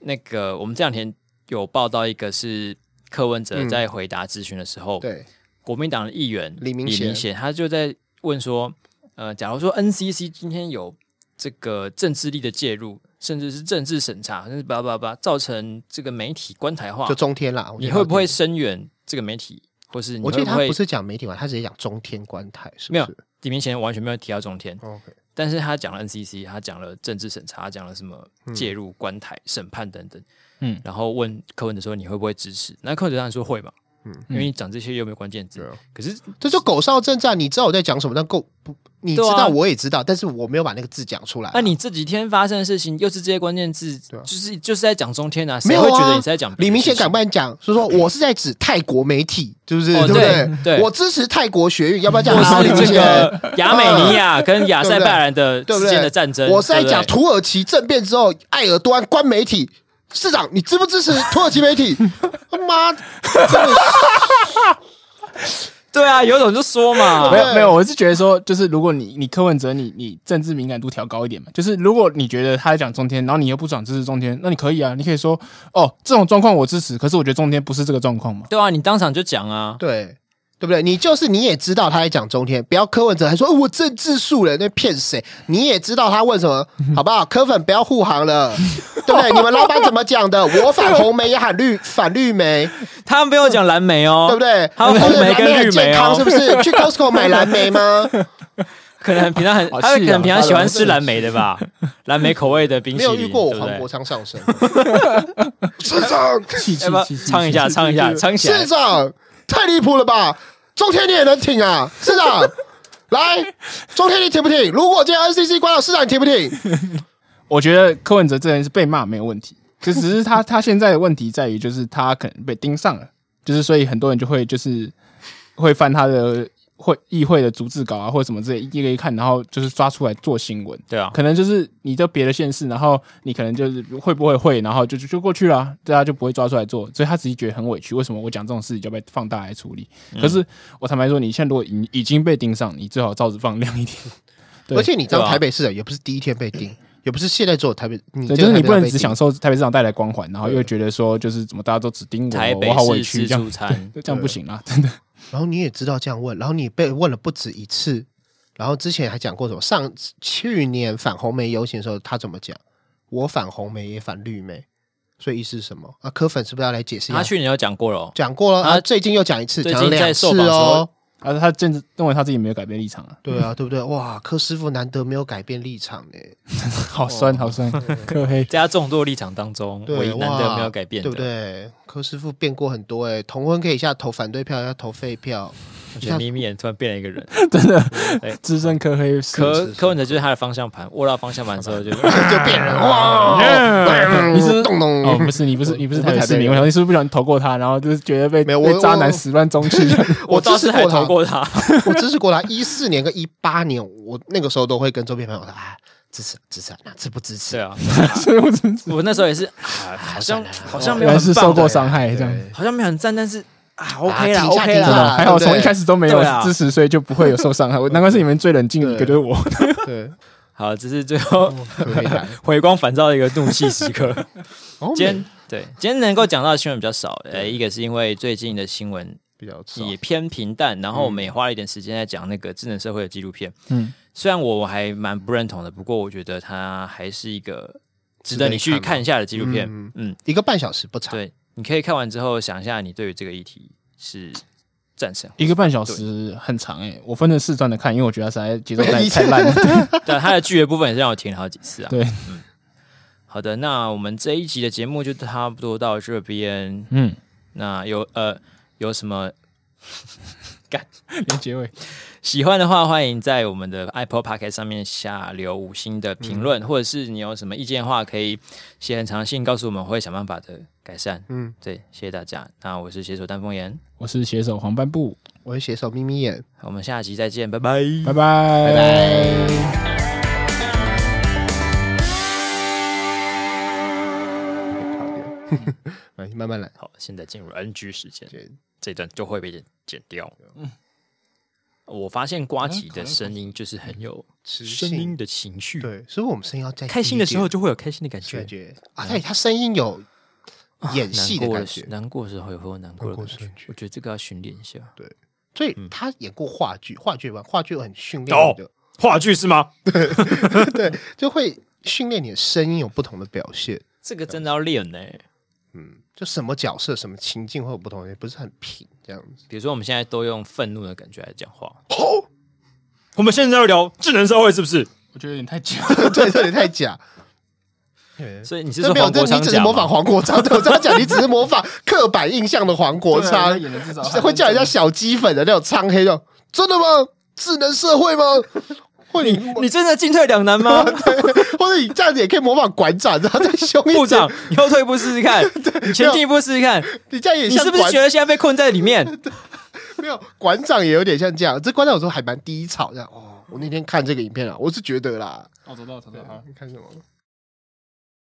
那个我们这两天有报道一个是柯文哲在回答咨询的时候，
嗯对，
国民党的议员
李明贤
贤，他就在问说，呃，假如说 NCC 今天有这个政治力的介入，甚至是政治审查，甚至叭叭叭，造成这个媒体官台化
就，中天啦。我觉
你
得
会不会
中
声援这个媒体，或是你
天？我记
会
得他
会
不是讲媒体嘛，他直接讲中天观台，是不
没有
是？
里面前完全没有提到中天，
OK，
但是他讲了 NCC，他讲了政治审查，他讲了什么
嗯
介入官台审判等等，
嗯
然后问柯文哲说你会不会支持？那柯文哲当然说会嘛，
嗯
因为你讲这些又没有关键字，
对啊
可是
这就狗哨政战。你知道我在讲什么，但够不？你知
对啊
道我也知道，但是我没有把那个字讲出来啊。
那、你这几天发生的事情又是这些关键字，
对啊
就是就是在讲中天啊，谁
没有
会觉得
啊
你是在讲别
李
的
明
事
显敢
情
不敢讲，是说我是在指泰国媒体，是不是？
哦
对不对？
对对
我支持泰国学运，要不要这样
或
说？
是
李明
这
显，
个亚美尼 亚跟亚塞拜然的
对不
之
对
间的战争，
我是在讲
对不对
土耳其政变之后，埃尔多安关媒体。市长，你支不支持土耳其媒体？ 他妈，
对啊，有种就说嘛，
没有没有，我是觉得说，就是如果你你柯文哲你你政治敏感度调高一点嘛，就是如果你觉得他在讲中天，然后你又不爽支持中天，那你可以啊，你可以说哦，这种状况我支持，可是我觉得中天不是这个状况嘛。
对啊，你当场就讲啊，
对对不对？你就是你也知道他在讲中天，不要柯文哲还说、哦我政治素人，那骗谁？你也知道他问 什么，好不好？柯粉不要护航了，对不对？你们老板怎么讲的？我反红梅也喊绿反绿梅，
他没有讲蓝莓哦，
对不？对？
还有红
对
梅跟
蓝莓很
绿
健
莓
康
哦
是不是？去 Costco 买蓝 莓吗？
可能平常很，
好气
他
啊
可能平常喜欢吃蓝莓的吧， 蓝莓口味的冰
没
淇淋，
有遇过我
对不
黄国
对？
昌上身， 市长，
气气
要不要
气气
唱一下，唱一下，唱起来
市，长，太离谱了吧？中天你也能挺啊，市长。 来，中天你挺不挺？如果今天 NCC 关了，市长你挺不挺？
我觉得柯文哲这人是被骂没有问题，就只是他他现在的问题在于，就是他可能被盯上了，就是所以很多人就会就是会翻他的会议会的逐字稿啊，或者什么之类，一个一看，然后就是抓出来做新闻。
对啊，
可能就是你到别的县市，然后你可能就是会不会会，然后就就就过去了、大家就不会抓出来做，所以他自己觉得很委屈。为什么我讲这种事情就被放大来处理？可是我坦白说，你现在如果已已经被盯上，你最好罩子放亮一点。对
而且你
对
当
啊
台北市长也不是第一天被盯，也不是现在只有台北，你
对，
这
就是
个
你
台北
不能
被
只
盯
享受台北市长带来光环，然后又觉得说就是怎么大家都只盯
台
我，
北
我好委
市
屈
自
这
助
样，
餐，
这样不行啊，真 的。
然后你也知道这样问，然后你被问了不止一次，然后之前还讲过什么？上去年反红梅游行的时候，他怎么讲？我反红梅也反绿梅，所以意思是什么？啊，柯粉是不是要来解释一
他
下？
去年有讲过了哦，
讲过了，
他
啊，最近又讲一次，
最
讲了
近在
两次
受访的时候
哦。
而且啊他甚至认为他自己没有改变立场啊，
对啊，对不对？哇，柯师傅难得没有改变立场呢，
好
哦
酸好酸，柯黑。
在他众多立场当中，唯
对，
一难得
哇
没有改变的，
对不对？柯师傅变过很多哎，同婚可以一下投反对票，一下投废票，
我觉得眯眯眼突然变了一个人，
资深柯黑是，
柯柯文哲就是他的方向盘，握到方向盘之 后就
就变人哇！
你是不是
咚咚
哦，不是你不是你不是
我
台
不
北
是
市
台北
民，
人
我想你是不是不小心投过他，然后就是觉得被
没有我
被渣男
我
始乱终弃。
我倒是还
支持
投
过
过他，
我支持过他，一四年跟一八年，我那个时候都会跟周边朋友说啊，支持支持，那支不支持？
对啊，
所以我真 是
我那时候也 是，啊好像
算了啦
好像没
原
有很
来是
棒
受过
的
伤害这样。
欸对
好像没有很赞，但是啊
啊
，OK 啦
挺一下
，OK
挺一
真
下
啦，
的，哦还好
对不
从
对
一开始都没有
对啊
支持，所以就不会有受伤 害。我难怪是你们最冷静的一个，就是我。
对，
好，这是最后
很悲 惨。
回光返照的一个怒气时刻。
哦
今天对今天能够讲到的新闻比较少，呃，一个是因为最近的新闻
比较少
也偏平淡，然后我们也花了一点时间在讲那个智能社会的纪录片。
嗯，
虽然我我还蛮不认同的，不过我觉得它还是一个值得你去看一下的纪录片。
嗯
嗯，
一个半小时不长，
对，你可以看完之后想一下，你对于这个议题是赞成。
一个半小时很长哎、我分成四段的看，因为我觉得实在节奏太
你
太烂了。
对，它的剧的部分也是让我停了好几次啊。
对，
好的，那我们这一集的节目就差不多到这边。
嗯，
那有呃有什么
连结尾，
喜欢的话，欢迎在我们的 Apple p o c k e t 上面下留五星的评
嗯
论，或者是你有什么意见的话，可以写很长的信告诉我们，我会想办法的改善。
嗯，
对，谢谢大家。那我是写手丹凤眼，
我是写手黄斑布，
我会写首眯眯眼。
我们下集再见，拜拜。
嗯
拜拜拜拜。
来，慢慢来。
好，现在进入 NG 时间
对，
这段就会被剪剪掉。嗯，我发现瓜吉的声音就是很有
磁
声
性
音的情绪，，
嗯对，所以我们声音要再
开心的时候就会有开心的感
感
觉，
觉啊，对，他声音有演
啊难
戏的
过
感
的
觉
时，难过的时候也会有难过的感
难过的
觉
感觉。
我觉得这个要训练一下。
所
嗯
以他演过
哦
话剧，话剧吧，话剧很训练你的，
话剧是吗？
就会训练你的声音有不同的表现，
这个真的要练呢、
嗯，就什么角色、什么情境会有不同，也不是很平这样子。
比如说，我们现在都用愤怒的感觉来讲话。我们现在要聊智能社会是不是？
我觉得有点太假。
对，这里太假。对
所以你是
这
说
没有，
黄
这
国
你
昌
只是
讲
模仿
吗？
黄国昌。对我这样讲，你只是模 仿刻板印象的黄国 昌，
演的至
啊
少
会叫人家小鸡粉的那种苍黑的，真的吗？智能社 会吗？或你
你真的进退两难吗？
或者你这样子也可以模仿馆长，然后再凶一点。
部长，你后退一步试试 看，你前进一步试试看，
你这样也
你
像
是不是
馆
觉得现在被困在里面？
没有馆长也有点像这样。这馆长有时候还蛮低潮这样。哦，我那天看这个影片啊，我是觉得啦，
哦，走到走到，好
你看什么？